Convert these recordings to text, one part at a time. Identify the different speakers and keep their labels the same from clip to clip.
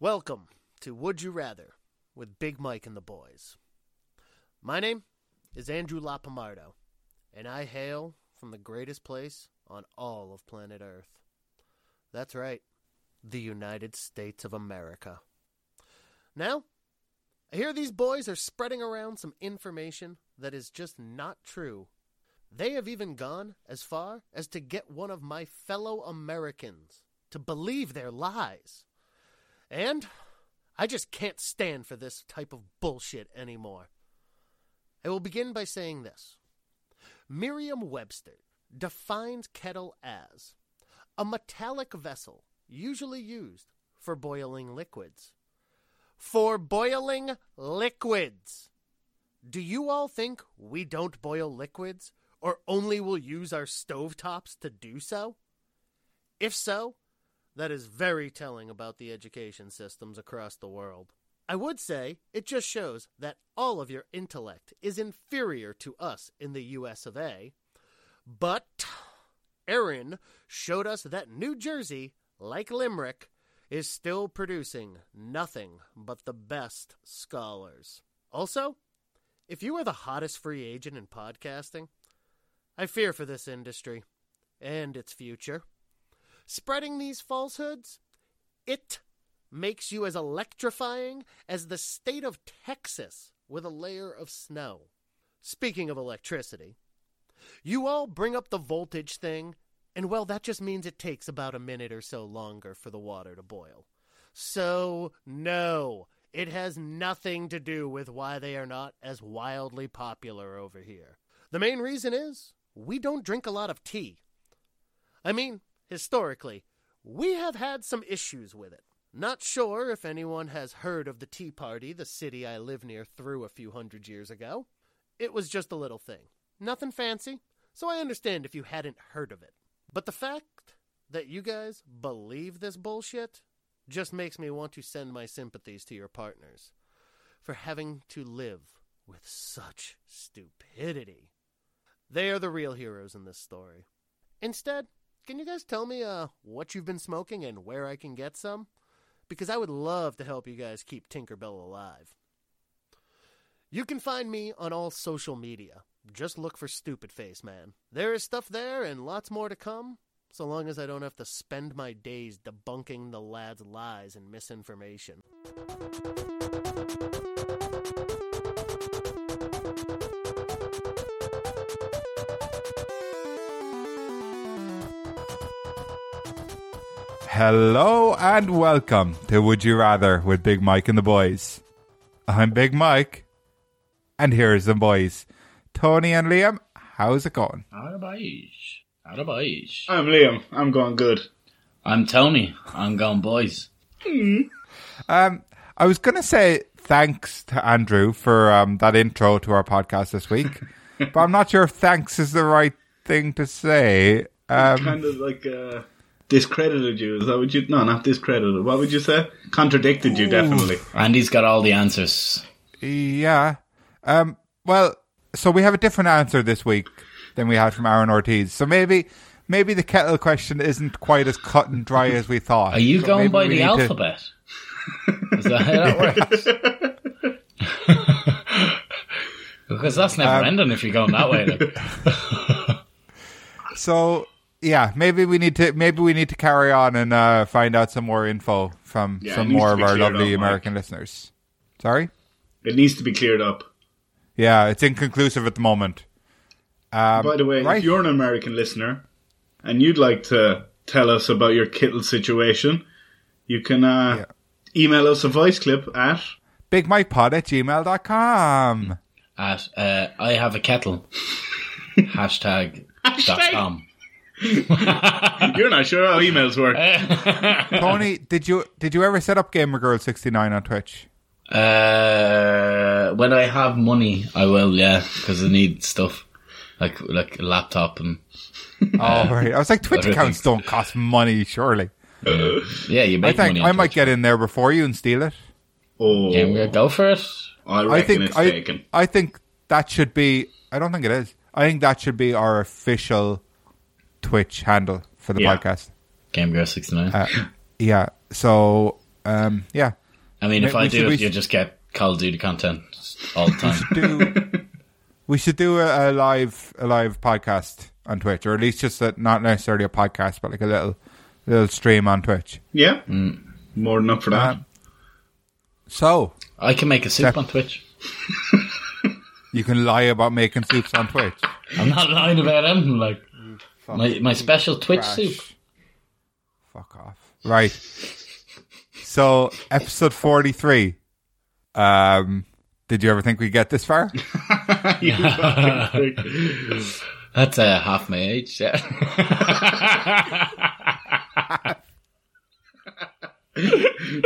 Speaker 1: Welcome to Would You Rather with Big Mike and the Boys. My name is Andrew Lapamardo, and I hail from the greatest place on all of planet Earth. That's right, the United States of America. Now, I hear these boys are spreading around some information that is just not true. They have even gone as far as to get one of my fellow Americans to believe their lies. And I just can't stand for this type of bullshit anymore. I will begin by saying this Merriam Webster defines kettle as a metallic vessel usually used for boiling liquids. For boiling liquids! Do you all think we don't boil liquids or only will use our stovetops to do so? If so, that is very telling about the education systems across the world. I would say it just shows that all of your intellect is inferior to us in the US of A, but Aaron showed us that New Jersey, like Limerick, is still producing nothing but the best scholars. Also, if you are the hottest free agent in podcasting, I fear for this industry and its future spreading these falsehoods, it makes you as electrifying as the state of Texas with a layer of snow. Speaking of electricity, you all bring up the voltage thing, and well, that just means it takes about a minute or so longer for the water to boil. So, no, it has nothing to do with why they are not as wildly popular over here. The main reason is we don't drink a lot of tea. I mean, historically, we have had some issues with it. Not sure if anyone has heard of the Tea Party the city I live near threw a few hundred years ago. It was just a little thing. Nothing fancy, so I understand if you hadn't heard of it. But the fact that you guys believe this bullshit just makes me want to send my sympathies to your partners for having to live with such stupidity. They are the real heroes in this story. Instead, can you guys tell me uh, what you've been smoking and where I can get some? Because I would love to help you guys keep Tinkerbell alive. You can find me on all social media. Just look for Stupid Face Man. There is stuff there and lots more to come, so long as I don't have to spend my days debunking the lad's lies and misinformation.
Speaker 2: Hello and welcome to Would You Rather with Big Mike and the Boys. I'm Big Mike, and here is the boys, Tony and Liam. How's it going?
Speaker 3: Out of boys. Out of boys.
Speaker 2: Uh,
Speaker 4: I'm Liam. I'm going good.
Speaker 3: I'm Tony. I'm going boys.
Speaker 2: Um, I was gonna say thanks to Andrew for um, that intro to our podcast this week, but I'm not sure if thanks is the right thing to say. Um,
Speaker 4: kind of like uh, discredited you. Is that what you? No, not discredited. What would you say? Contradicted you definitely.
Speaker 3: Andy's got all the answers.
Speaker 2: Yeah. Um, well, so we have a different answer this week than we had from Aaron Ortiz. So maybe maybe the kettle question isn't quite as cut and dry as we thought.
Speaker 3: Are you
Speaker 2: So
Speaker 3: going
Speaker 2: maybe
Speaker 3: by
Speaker 2: we
Speaker 3: the
Speaker 2: need to-
Speaker 3: alphabet? Is that how that works? because that's never
Speaker 2: Um,
Speaker 3: ending if you're going that way. Like.
Speaker 2: so yeah, maybe we need to maybe we need to carry on and uh, find out some more info from
Speaker 4: Yeah, it
Speaker 2: some
Speaker 4: needs
Speaker 2: more
Speaker 4: to
Speaker 2: of
Speaker 4: be
Speaker 2: our
Speaker 4: cleared up,
Speaker 2: lovely
Speaker 4: Mike.
Speaker 2: American listeners. Sorry.
Speaker 4: It needs to be cleared up.
Speaker 2: Yeah, it's inconclusive at the moment. Um,
Speaker 4: By the way,
Speaker 2: right.
Speaker 4: if you're an American listener and you'd like to tell us about your Kittle situation, you can uh, email us a voice clip at.
Speaker 2: bigmikepod at gmail.com.
Speaker 3: At uh, I have a kettle. Hashtag. Dot com.
Speaker 4: You're not sure how emails work.
Speaker 2: Tony, did you did you ever set up Gamer Girl sixty nine on Twitch?
Speaker 3: Uh, when I have money, I will. Yeah, because I need stuff like like a laptop and
Speaker 2: Oh right. I was like Twitch
Speaker 3: Everything.
Speaker 2: accounts don't cost money, surely.
Speaker 3: yeah. You
Speaker 2: I
Speaker 3: make
Speaker 2: think
Speaker 3: money.
Speaker 2: I
Speaker 3: on
Speaker 2: might
Speaker 3: Twitch.
Speaker 2: get in there before you and steal it.
Speaker 4: Oh,
Speaker 3: Yeah, we're gonna go for it.
Speaker 4: I reckon
Speaker 2: I think
Speaker 4: it's
Speaker 2: I,
Speaker 4: taken.
Speaker 2: I think that should be I don't think it is. I think that should be our official Twitch handle for the
Speaker 4: Yeah.
Speaker 2: podcast.
Speaker 3: Game Gear 69.
Speaker 2: Yeah. So Um, yeah.
Speaker 3: I mean, if
Speaker 2: We-
Speaker 3: I
Speaker 2: we should-
Speaker 3: do
Speaker 2: we
Speaker 3: it, you
Speaker 2: should-
Speaker 3: just get Call of Duty content all the time.
Speaker 2: Do we should do a, a live a live podcast on Twitch, or at least just a, not necessarily a podcast, but like a little little stream on Twitch.
Speaker 4: Yeah, more than up for that.
Speaker 2: Um, So
Speaker 3: I can make a soup
Speaker 2: Steph-
Speaker 3: on Twitch.
Speaker 2: you can lie about making soups on Twitch.
Speaker 3: I'm not lying about anything. Like my my special Twitch
Speaker 2: Crash.
Speaker 3: soup.
Speaker 2: Fuck off. Right. So episode forty three. Um, did you ever think we'd get this far?
Speaker 3: That's uh, half my age. Yeah.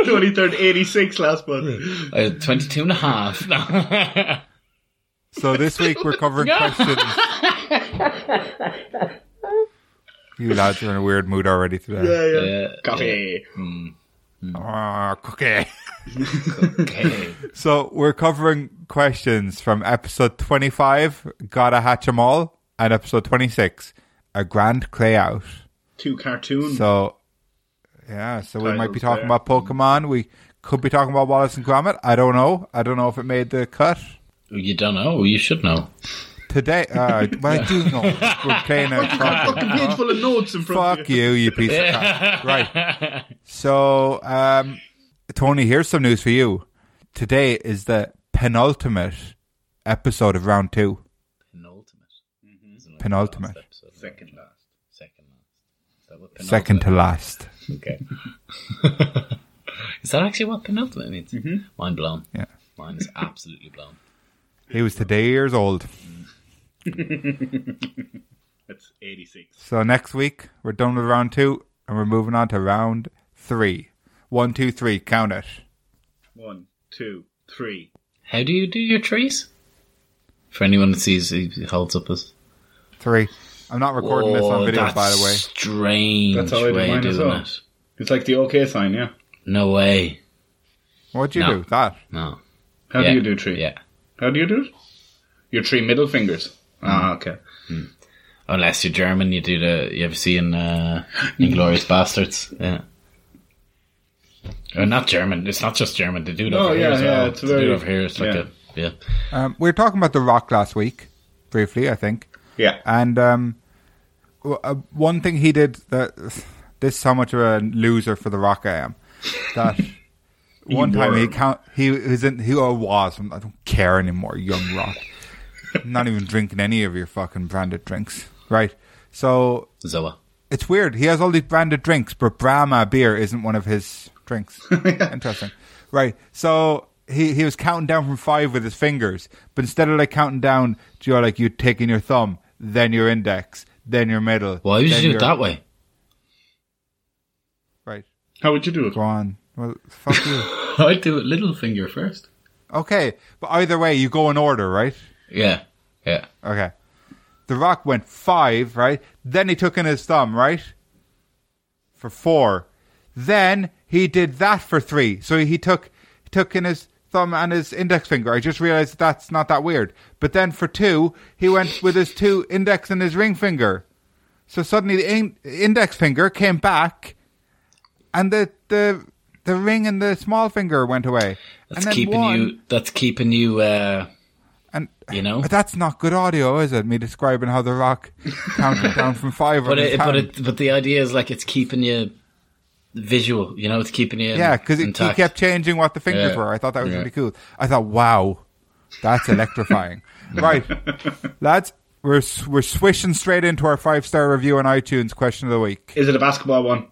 Speaker 4: Twenty third, eighty six last month.
Speaker 3: Uh, 22 and a half.
Speaker 2: So this week we're covering questions. You lads are in a weird mood already today.
Speaker 4: Yeah, yeah.
Speaker 3: Uh,
Speaker 4: Coffee.
Speaker 2: Ah, okay.
Speaker 3: okay.
Speaker 2: So we're covering questions from episode 25, Gotta Hatch 'em All, and episode 26, A Grand Clay Out.
Speaker 4: Two cartoons.
Speaker 2: So, yeah, so we might be
Speaker 4: Titles
Speaker 2: talking
Speaker 4: there.
Speaker 2: about Pokemon. We could be talking about Wallace and Gromit. I don't know. I don't know if it made the cut.
Speaker 3: You don't know. You should know.
Speaker 2: Today, uh, well, I do know. We're playing a
Speaker 4: fucking page full of notes in front
Speaker 2: Fuck
Speaker 4: of you.
Speaker 2: you, you piece of crap. Right. So, um, Tony, here's some news for you. Today is the penultimate episode of round two.
Speaker 3: Penultimate. Isn't it?
Speaker 2: Penultimate.
Speaker 3: Last episode.
Speaker 4: Second last.
Speaker 3: Second last. Is that what
Speaker 2: Second to last.
Speaker 3: Okay. is that actually what penultimate means?
Speaker 4: Mm-hmm.
Speaker 3: Mind blown.
Speaker 2: Yeah.
Speaker 3: Mine is absolutely blown.
Speaker 2: He was today years old.
Speaker 4: That's eighty six.
Speaker 2: So next week, we're done with round two and we're moving on to round three. One, two, three. Count it.
Speaker 4: One, two, three.
Speaker 3: How do you do your trees? For anyone that sees, he holds up his.
Speaker 2: Three. I'm not recording this on
Speaker 3: Oh,
Speaker 2: video,
Speaker 3: that's
Speaker 2: by the way.
Speaker 3: Strange
Speaker 4: That's how I do
Speaker 3: way
Speaker 4: mine
Speaker 3: of
Speaker 4: as
Speaker 3: doing
Speaker 4: well.
Speaker 3: it.
Speaker 4: It's like the OK sign, yeah.
Speaker 3: No way.
Speaker 2: What'd you
Speaker 3: No.
Speaker 2: do? That.
Speaker 3: No.
Speaker 4: How
Speaker 3: Yeah.
Speaker 4: do you do tree?
Speaker 3: Yeah. Mm.
Speaker 4: How do you do it? Your three middle fingers. Ah, okay.
Speaker 3: Unless you're German, you do the. You ever seen uh, Inglorious Bastards? Yeah. Or not German. It's not just German. They do it
Speaker 4: No,
Speaker 3: over here.
Speaker 4: Oh, yeah,
Speaker 3: as
Speaker 4: yeah,
Speaker 3: well.
Speaker 4: it's
Speaker 3: They do
Speaker 4: very-
Speaker 3: it over here. It's like
Speaker 4: yeah.
Speaker 3: a yeah.
Speaker 2: Um, we were talking about The Rock last week, briefly, I think.
Speaker 4: Yeah.
Speaker 2: And um, w- uh, one thing he did that this is how much of a loser for the Rock I am. That one time he
Speaker 4: were.
Speaker 2: count he was in he oh, was I don't care anymore, young Rock. I'm not even drinking any of your fucking branded drinks, right? So
Speaker 3: Zoa.
Speaker 2: it's weird. He has all these branded drinks, but Brahma beer isn't one of his drinks. Interesting. Right. So he, he was counting down from five with his fingers, but instead of like counting down, you're like you taking your thumb, then your index, then your middle.
Speaker 3: Why would you
Speaker 2: then
Speaker 3: do it
Speaker 2: your-
Speaker 3: that way?
Speaker 2: Right.
Speaker 4: How would you do it?
Speaker 2: Go on. Well, fuck you.
Speaker 3: I'd do it little finger first.
Speaker 2: Okay. But either way, you go in order, right?
Speaker 3: Yeah. Yeah.
Speaker 2: Okay. The Rock went five, right? Then he took in his thumb, right? For four. Then he did that for three. So he took he took in his thumb and his index finger. I just realized that's not that weird. But then for two, he went with his two index and his ring finger. So suddenly the in- index finger came back, and the the the ring and the small finger went away.
Speaker 3: That's
Speaker 2: and then
Speaker 3: keeping
Speaker 2: one,
Speaker 3: you. That's keeping you. Uh,
Speaker 2: and
Speaker 3: you know.
Speaker 2: But that's not good audio, is it? Me describing how the rock counted down from five.
Speaker 3: But
Speaker 2: on
Speaker 3: it,
Speaker 2: his
Speaker 3: but
Speaker 2: hand.
Speaker 3: it, but the idea is like it's keeping you visual. You know, it's keeping you.
Speaker 2: yeah, because he
Speaker 3: intact.
Speaker 2: kept changing what the fingers
Speaker 3: Yeah.
Speaker 2: were. I thought that was
Speaker 3: Yeah.
Speaker 2: really cool. I thought, wow, that's electrifying. right, lads, we're s- we're swishing straight into our five star review on iTunes. Question of the week:
Speaker 4: Is it a basketball one?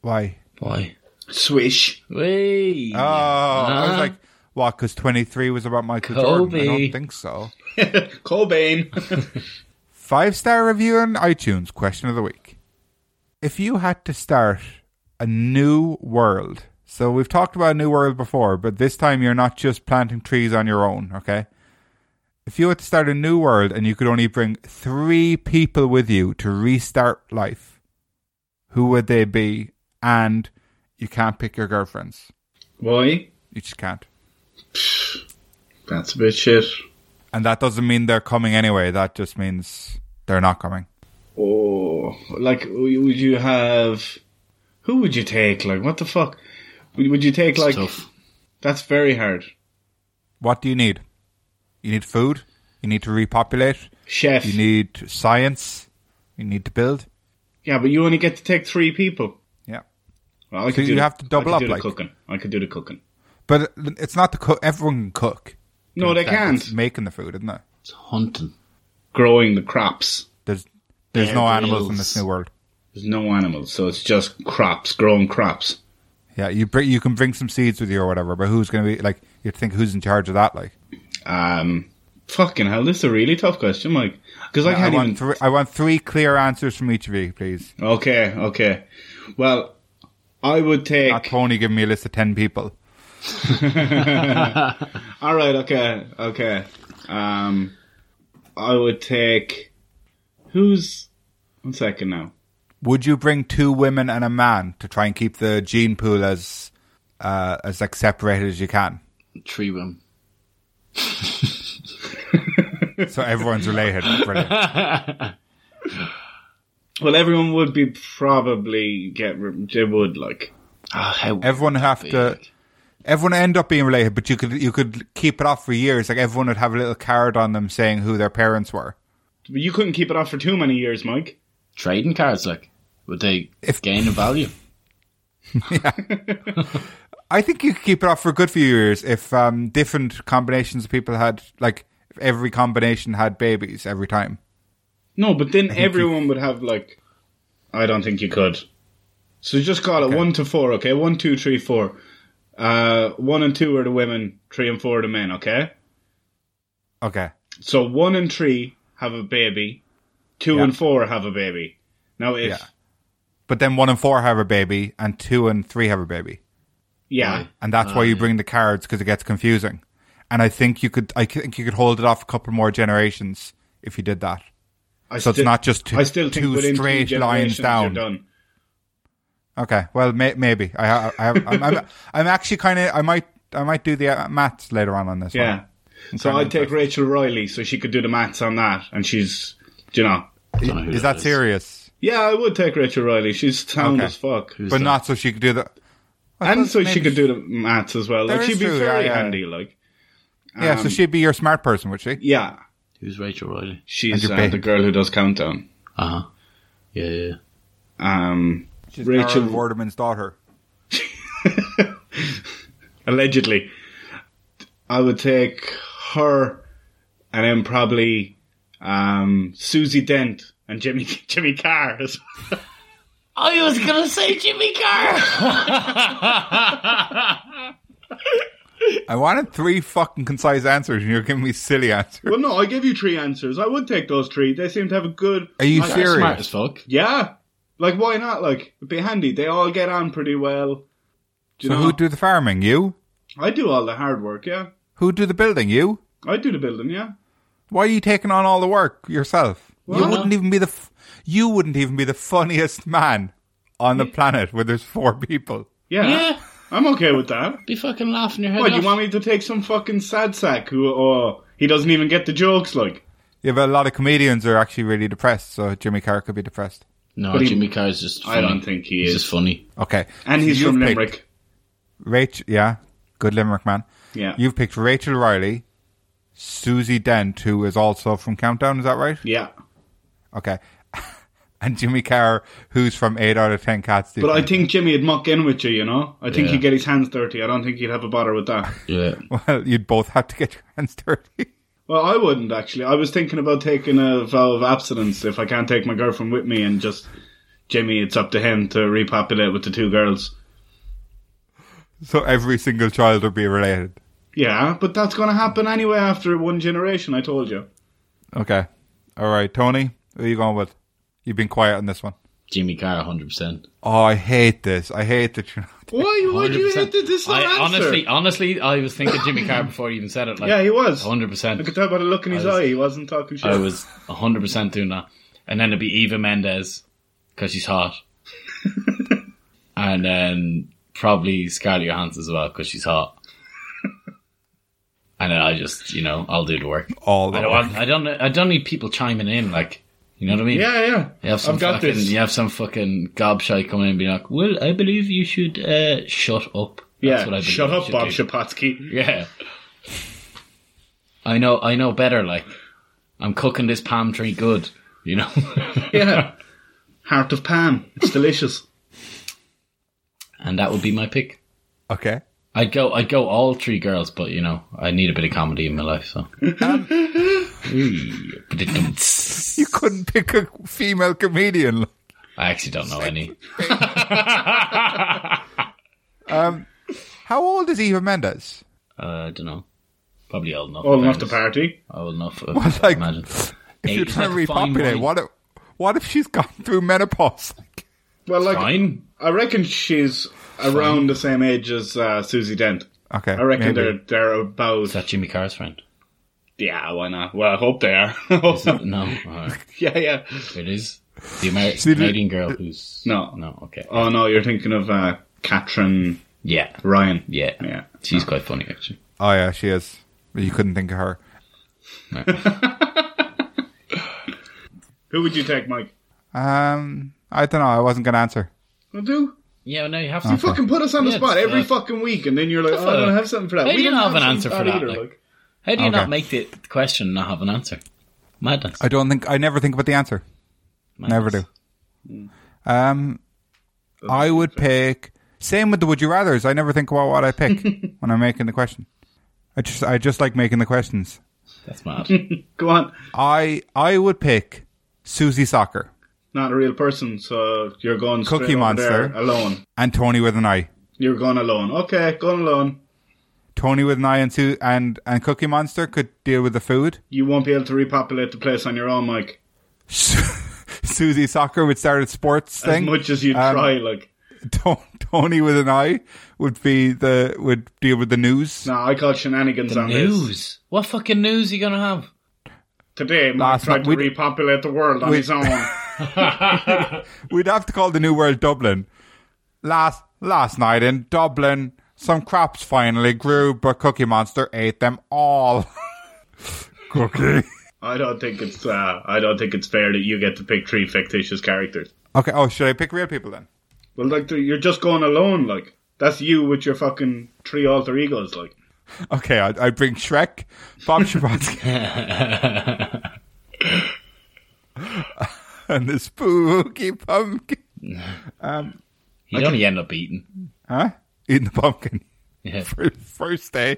Speaker 2: Why?
Speaker 3: Why?
Speaker 4: Swish.
Speaker 3: Wait.
Speaker 2: Oh, I was
Speaker 3: Huh?
Speaker 2: like, what? Because twenty three was about Michael Jordan. I
Speaker 3: Uh-huh. Kobe.
Speaker 2: don't think so.
Speaker 4: Cobain.
Speaker 2: Five star review on iTunes. Question of the week. If you had to start a new world, so we've talked about a new world before, but this time you're not just planting trees on your own, okay? If you had to start a new world and you could only bring three people with you to restart life, who would they be? And you can't pick your girlfriends.
Speaker 4: Why?
Speaker 2: You just can't.
Speaker 4: That's a bit shit.
Speaker 2: And that doesn't mean they're coming anyway. That just means they're not coming.
Speaker 4: Oh, like would you have Who would you take? Like, what the fuck? Would would you take, like,
Speaker 3: tough.
Speaker 4: that's very hard.
Speaker 2: What do you need? You need food. You need to repopulate.
Speaker 4: Chef.
Speaker 2: You need science. You need to build.
Speaker 4: yeah, but you only get to take three people.
Speaker 2: Yeah.
Speaker 4: Well, I
Speaker 2: So you have to double
Speaker 4: I
Speaker 2: up,
Speaker 4: could do
Speaker 2: like-
Speaker 4: the cooking. I could do the cooking.
Speaker 2: But it's not the cook. Everyone can cook.
Speaker 4: No, they
Speaker 2: It's
Speaker 4: can't.
Speaker 2: making the food, isn't it?
Speaker 3: It's hunting.
Speaker 4: Growing the crops.
Speaker 2: There's there's no
Speaker 3: Bear
Speaker 2: animals in
Speaker 3: Grylls.
Speaker 2: this new world.
Speaker 4: There's no animals, so it's just crops, growing crops.
Speaker 2: Yeah, you bring you can bring some seeds with you or whatever, but who's going to be like? You think who's in charge of that? Like,
Speaker 4: Um, fucking hell, this is a really tough question, Mike. Because I
Speaker 2: I
Speaker 4: can't
Speaker 2: want
Speaker 4: even.
Speaker 2: three, I want three clear answers from each of you, please.
Speaker 4: Okay, okay. Well, I would take.
Speaker 2: Not Tony giving me a list of ten people.
Speaker 4: All right, okay, okay. Um, I would take. Who's one second now?
Speaker 2: Would you bring two women and a man to try and keep the gene pool as uh, as like separated as you can,
Speaker 3: Tree room.
Speaker 2: so everyone's related? Brilliant.
Speaker 4: Well, everyone would be probably get. rid- They would like.
Speaker 3: Ah, how
Speaker 2: Everyone have to. Everyone end up being related, but you could you could keep it off for years. Like everyone would have a little card on them saying who their parents were.
Speaker 4: But you couldn't keep it off for too many years, Mike.
Speaker 3: trading cards like would they
Speaker 2: If-
Speaker 3: gain in value?
Speaker 2: I think you could keep it off for a good few years if um, different combinations of people had like if every combination had babies every time.
Speaker 4: No, but then everyone would have like. I don't think you could. So just call it one to four, okay? One, two, three, four. Uh, one and two are the women. Three and four are the men, okay?
Speaker 2: Okay.
Speaker 4: So one and three have a baby. Two
Speaker 2: Yeah.
Speaker 4: and four have a baby. Now if
Speaker 2: Yeah. But then one and four have a baby, and two and three have a baby,
Speaker 4: yeah.
Speaker 3: Right.
Speaker 2: and that's why you bring the cards because it gets confusing. And I think you could, I think you could hold it off a couple more generations if you did that.
Speaker 4: I
Speaker 2: So it's not just two-
Speaker 4: I still think
Speaker 2: two
Speaker 4: within
Speaker 2: straight
Speaker 4: two
Speaker 2: lines
Speaker 4: generations
Speaker 2: down.
Speaker 4: You're done.
Speaker 2: Okay. Well, may, maybe I, ha- I, have, I'm, I'm, I'm actually kind of, I might, I might do the uh, maths later on on this.
Speaker 4: Yeah. So
Speaker 2: kinda
Speaker 4: I'd take Rachel Riley so she could do the maths on that, and she's, do you know,
Speaker 3: Don't know
Speaker 2: One.
Speaker 3: who
Speaker 2: Is that serious?
Speaker 4: yeah, I would take Rachel Riley. She's sound
Speaker 2: Okay.
Speaker 4: as fuck,
Speaker 3: Who's
Speaker 2: But
Speaker 3: that?
Speaker 2: not so she could do the. I
Speaker 4: and
Speaker 2: thought
Speaker 4: so
Speaker 2: maybe
Speaker 4: she could do the maths as well.
Speaker 2: There
Speaker 4: Like
Speaker 2: is
Speaker 4: she'd be
Speaker 2: true,
Speaker 4: very
Speaker 2: yeah, yeah.
Speaker 4: handy. Like,
Speaker 2: Yeah, so
Speaker 4: um,
Speaker 2: she'd be your smart person, would she?
Speaker 4: yeah,
Speaker 3: Who's Rachel Riley?
Speaker 2: And
Speaker 4: she's
Speaker 2: you're
Speaker 4: uh,
Speaker 2: big.
Speaker 4: the girl who does countdown.
Speaker 3: Uh huh. Yeah, yeah.
Speaker 4: Um,
Speaker 2: She's
Speaker 4: Rachel-
Speaker 2: Aaron Vorderman's daughter.
Speaker 4: allegedly, I would take her, and then probably um, Susie Dent and Jimmy Jimmy Carr as well.
Speaker 3: I was gonna say Jimmy Carr.
Speaker 2: I wanted three fucking concise answers, and you're giving me silly answers.
Speaker 4: Well, no, I give you three answers. I would take those three. They seem to have a good.
Speaker 2: Are you
Speaker 4: like,
Speaker 2: serious?
Speaker 3: Smart as fuck.
Speaker 4: Yeah. Like, why not? Like, it'd be handy. They all get on pretty well. Do you
Speaker 2: So
Speaker 4: know?
Speaker 2: who do the farming? You?
Speaker 4: I do all the hard work, yeah.
Speaker 2: Who do the building? You?
Speaker 4: I do the building, yeah.
Speaker 2: Why are you taking on all the work yourself? you
Speaker 4: Well- uh,
Speaker 2: wouldn't even be the. F- you wouldn't even be the funniest man on the planet where there's four people.
Speaker 4: Yeah.
Speaker 3: Yeah,
Speaker 4: I'm okay with that.
Speaker 3: be fucking laughing your head
Speaker 4: What,
Speaker 3: off.
Speaker 4: you want me to take some fucking sad sack who, oh, he doesn't even get the jokes, like?
Speaker 2: Yeah, but a lot of comedians are actually really depressed, so Jimmy Carr could be depressed.
Speaker 3: no,
Speaker 4: But he-
Speaker 3: Jimmy Carr's just. Funny.
Speaker 4: I don't think he
Speaker 3: he's
Speaker 4: is.
Speaker 3: just funny.
Speaker 2: Okay,
Speaker 4: And
Speaker 2: So
Speaker 4: he's
Speaker 2: you've
Speaker 4: from
Speaker 2: picked
Speaker 4: Limerick.
Speaker 2: Rach, yeah, good Limerick man.
Speaker 4: Yeah.
Speaker 2: You've picked Rachel Riley, Susie Dent, who is also from Countdown. Is that right?
Speaker 4: yeah.
Speaker 2: Okay. and Jimmy Carr, who's from 8 out of 10 Cats. Do You
Speaker 4: But I
Speaker 2: Think.
Speaker 4: think Jimmy would muck in with you, you know? I think
Speaker 3: Yeah.
Speaker 4: he'd get his hands dirty. I don't think he'd have a bother with that.
Speaker 3: Yeah,
Speaker 2: Well, you'd both have to get your hands dirty.
Speaker 4: Well, I wouldn't actually. I was thinking about taking a vow of abstinence if I can't take my girlfriend with me and just Jimmy. It's up to him to repopulate with the two girls.
Speaker 2: so every single child would be related.
Speaker 4: Yeah, but that's going to happen anyway after one generation. I told you.
Speaker 2: Okay. All right, Tony, who are you going with? You've been quiet on this one.
Speaker 3: Jimmy Carr, hundred percent.
Speaker 2: Oh, I hate this. I hate that you're not.
Speaker 4: Why? Why do you hate
Speaker 3: 100%.
Speaker 4: that this is not
Speaker 3: I,
Speaker 4: answer?
Speaker 3: honestly, honestly, I was thinking Jimmy Carr before you even said it. Like,
Speaker 4: yeah, he was.
Speaker 3: hundred
Speaker 4: I
Speaker 3: percent.
Speaker 4: could tell by the look in his
Speaker 3: was-
Speaker 4: eye. He wasn't talking shit.
Speaker 3: I was hundred percent doing that. And then it'd be Eva Mendes because she's hot, and then probably Scarlett Johansson as well because she's hot. And then I just, you know, I'll do the work.
Speaker 2: All the
Speaker 3: I don't
Speaker 2: work.
Speaker 3: want. I don't. I don't need people chiming in. Like, you You know what I mean?
Speaker 4: Yeah, yeah.
Speaker 3: You have some
Speaker 4: I've got
Speaker 3: fucking,
Speaker 4: this.
Speaker 3: you have some fucking gobshite coming in and being like, "Well, I believe you should uh, shut up." That's
Speaker 4: yeah.
Speaker 3: what I believe
Speaker 4: Shut
Speaker 3: you
Speaker 4: up,
Speaker 3: should
Speaker 4: Bob
Speaker 3: do.
Speaker 4: Shapatsky.
Speaker 3: Yeah. I know, I know better. Like, I'm cooking this palm tree good. You know.
Speaker 4: Yeah. Heart of Pam. It's delicious.
Speaker 3: and that would be my pick.
Speaker 2: Okay.
Speaker 3: I'd go, I'd go all three girls, but you know, I need a bit of comedy in my life, so. Ooh, ba-dum-dum.
Speaker 2: You couldn't pick a female comedian.
Speaker 3: I actually don't know any.
Speaker 2: How old is Eva Mendes?
Speaker 3: Uh, I don't know. Probably old enough.
Speaker 4: All enough to
Speaker 3: parents.
Speaker 4: party.
Speaker 3: Old enough. uh,
Speaker 2: Well,
Speaker 3: I
Speaker 2: like,
Speaker 3: imagine.
Speaker 2: If
Speaker 3: Eight
Speaker 2: you're
Speaker 3: is
Speaker 2: trying to
Speaker 3: like a fine
Speaker 2: repopulate,
Speaker 3: wine.
Speaker 2: what if, what if she's gone through menopause? Like,
Speaker 4: Well, like,
Speaker 3: Fine.
Speaker 4: I reckon she's around the same age as uh, Susie Dent.
Speaker 2: okay.
Speaker 4: I reckon
Speaker 2: maybe.
Speaker 4: they're they're about.
Speaker 3: Is that Jimmy Carr's friend?
Speaker 4: yeah, why not? Well, I hope they are. yeah,
Speaker 3: No, alright.
Speaker 4: yeah.
Speaker 3: it is the Amer-
Speaker 2: See, the-
Speaker 3: Canadian girl who's
Speaker 4: No.
Speaker 3: no, okay,
Speaker 4: Oh no, you're thinking of uh, Catherine
Speaker 3: yeah,
Speaker 4: Ryan.
Speaker 3: yeah,
Speaker 4: Yeah.
Speaker 3: She's quite funny actually.
Speaker 2: Oh, yeah, she is. You couldn't think of her.
Speaker 4: Who would you take, Mike?
Speaker 2: Um, I don't know. I wasn't going to answer.
Speaker 4: Well, do
Speaker 3: Yeah, well, now you have
Speaker 4: you
Speaker 3: to.
Speaker 4: fucking put us on the
Speaker 3: Yeah,
Speaker 4: spot
Speaker 3: it's,
Speaker 4: every
Speaker 3: uh,
Speaker 4: fucking week, and then you're like,
Speaker 3: the
Speaker 4: oh, I don't
Speaker 3: fuck?
Speaker 4: have something for that.
Speaker 3: Why do you
Speaker 4: didn't
Speaker 3: not have an
Speaker 4: something
Speaker 3: answer for that,
Speaker 4: either,
Speaker 3: like? How do you
Speaker 2: Okay.
Speaker 3: not make the question and not have an answer? Madness.
Speaker 2: I don't think, I never think about the answer. Never do.
Speaker 3: Madness.
Speaker 2: Um, I would pick. Same with the would you rather's. I never think about what I pick when I'm making the question. I just I just like making the questions.
Speaker 3: That's mad.
Speaker 4: Go on.
Speaker 2: I I would pick Susie Soccer
Speaker 4: Not a real person, so you're going straight
Speaker 2: Cookie
Speaker 4: over
Speaker 2: Monster.
Speaker 4: there alone.
Speaker 2: and Tony with an eye.
Speaker 4: You're going alone. Okay, going alone.
Speaker 2: Tony with an eye and Su- and and Cookie Monster could deal with the food.
Speaker 4: You won't be able to repopulate the place on your own, Mike.
Speaker 2: Susie Soccer would start a sports
Speaker 4: As
Speaker 2: thing.
Speaker 4: much as you
Speaker 2: Um,
Speaker 4: try, like.
Speaker 2: Ton- Tony with an eye would be the would deal with the news.
Speaker 4: No, I call shenanigans on this.
Speaker 3: news. What fucking news are you gonna have?
Speaker 4: Today, Mike
Speaker 2: Last
Speaker 4: tried
Speaker 2: night-
Speaker 4: to
Speaker 2: we-
Speaker 4: repopulate the world on
Speaker 2: we-
Speaker 4: his own.
Speaker 2: We'd have to call the new world Dublin. Last last night in Dublin, some crops finally grew, but Cookie Monster ate them all. Cookie.
Speaker 4: I don't think it's. Uh, I don't think it's fair that you get to pick three fictitious characters.
Speaker 2: Okay. Oh, should I pick real people then?
Speaker 4: Well, like the- you're just going alone. Like that's you with your fucking three alter egos. Like
Speaker 2: Okay, I'd, I'd bring Shrek, Bob Shabatsky, and the spooky pumpkin.
Speaker 3: He'd only end up eating.
Speaker 2: Huh? Eating the pumpkin
Speaker 3: Yeah.
Speaker 2: first day.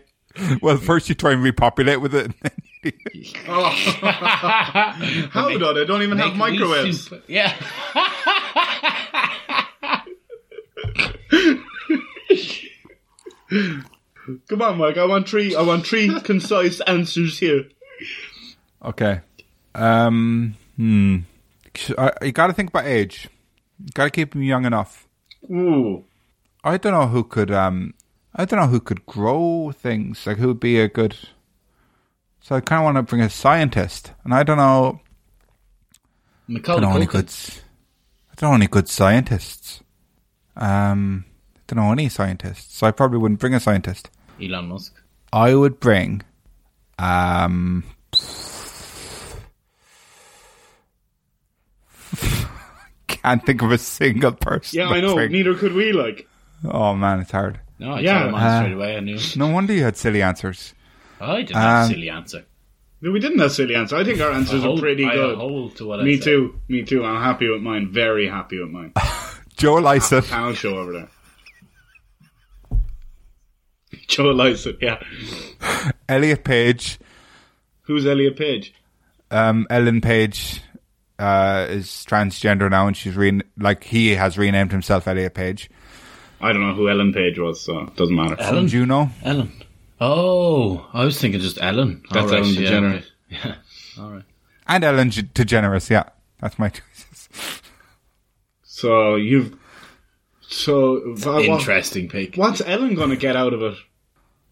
Speaker 2: Well, first you try and repopulate with it. and then you eat it.
Speaker 4: how though? They don't even have
Speaker 3: Make wee
Speaker 4: microwaves.
Speaker 3: soup. Yeah.
Speaker 4: Come on, Mike. I want three. I want three concise answers here.
Speaker 2: Okay. Um. Hmm. Sh- I- You got to think about age. You got to keep them young enough.
Speaker 4: Ooh,
Speaker 2: I don't know who could. Um. I don't know who could grow things. Like who would be a good. So I kind of want to bring a scientist, and I don't know.
Speaker 3: Macaulay
Speaker 2: don't know any
Speaker 3: Culkin.
Speaker 2: good. s- I don't know any good scientists. Um. I don't know any scientists, so I probably wouldn't bring a scientist.
Speaker 3: Elon Musk.
Speaker 2: I would bring. Um. Can't think of a single person.
Speaker 4: yeah,
Speaker 2: to
Speaker 4: I know.
Speaker 2: bring.
Speaker 4: Neither could we. Like
Speaker 2: Oh man, it's hard.
Speaker 3: No, I
Speaker 4: Yeah.
Speaker 3: yeah. mine
Speaker 2: Uh,
Speaker 3: straight away. I knew.
Speaker 2: No wonder you had silly answers.
Speaker 3: I didn't have
Speaker 2: um,
Speaker 3: a silly answer.
Speaker 4: No, we didn't have silly answers. I think our answers are
Speaker 3: Hold-
Speaker 4: pretty
Speaker 3: I
Speaker 4: good.
Speaker 3: hold to what I
Speaker 4: Me
Speaker 3: said.
Speaker 4: too. Me too. I'm happy with mine. Very happy with mine.
Speaker 2: Joe Lyson.
Speaker 4: Panel show over there. Joe Lyson. Yeah.
Speaker 2: Elliot Page,
Speaker 4: Who's Elliot Page?
Speaker 2: um, Ellen Page uh, is transgender now, and she's re- like he has renamed himself Elliot Page.
Speaker 4: I don't know who Ellen Page was, so it doesn't matter.
Speaker 3: Ellen.
Speaker 2: Juno.
Speaker 3: Ellen. Oh, I was thinking just Ellen.
Speaker 4: That's Ellen
Speaker 3: yeah,
Speaker 4: DeGeneres.
Speaker 3: okay. Yeah. All right.
Speaker 2: and Ellen G- DeGeneres. Yeah, that's my choices.
Speaker 4: So you've. So wha- wha-
Speaker 3: Interesting pick.
Speaker 4: what's Ellen going to get out of it?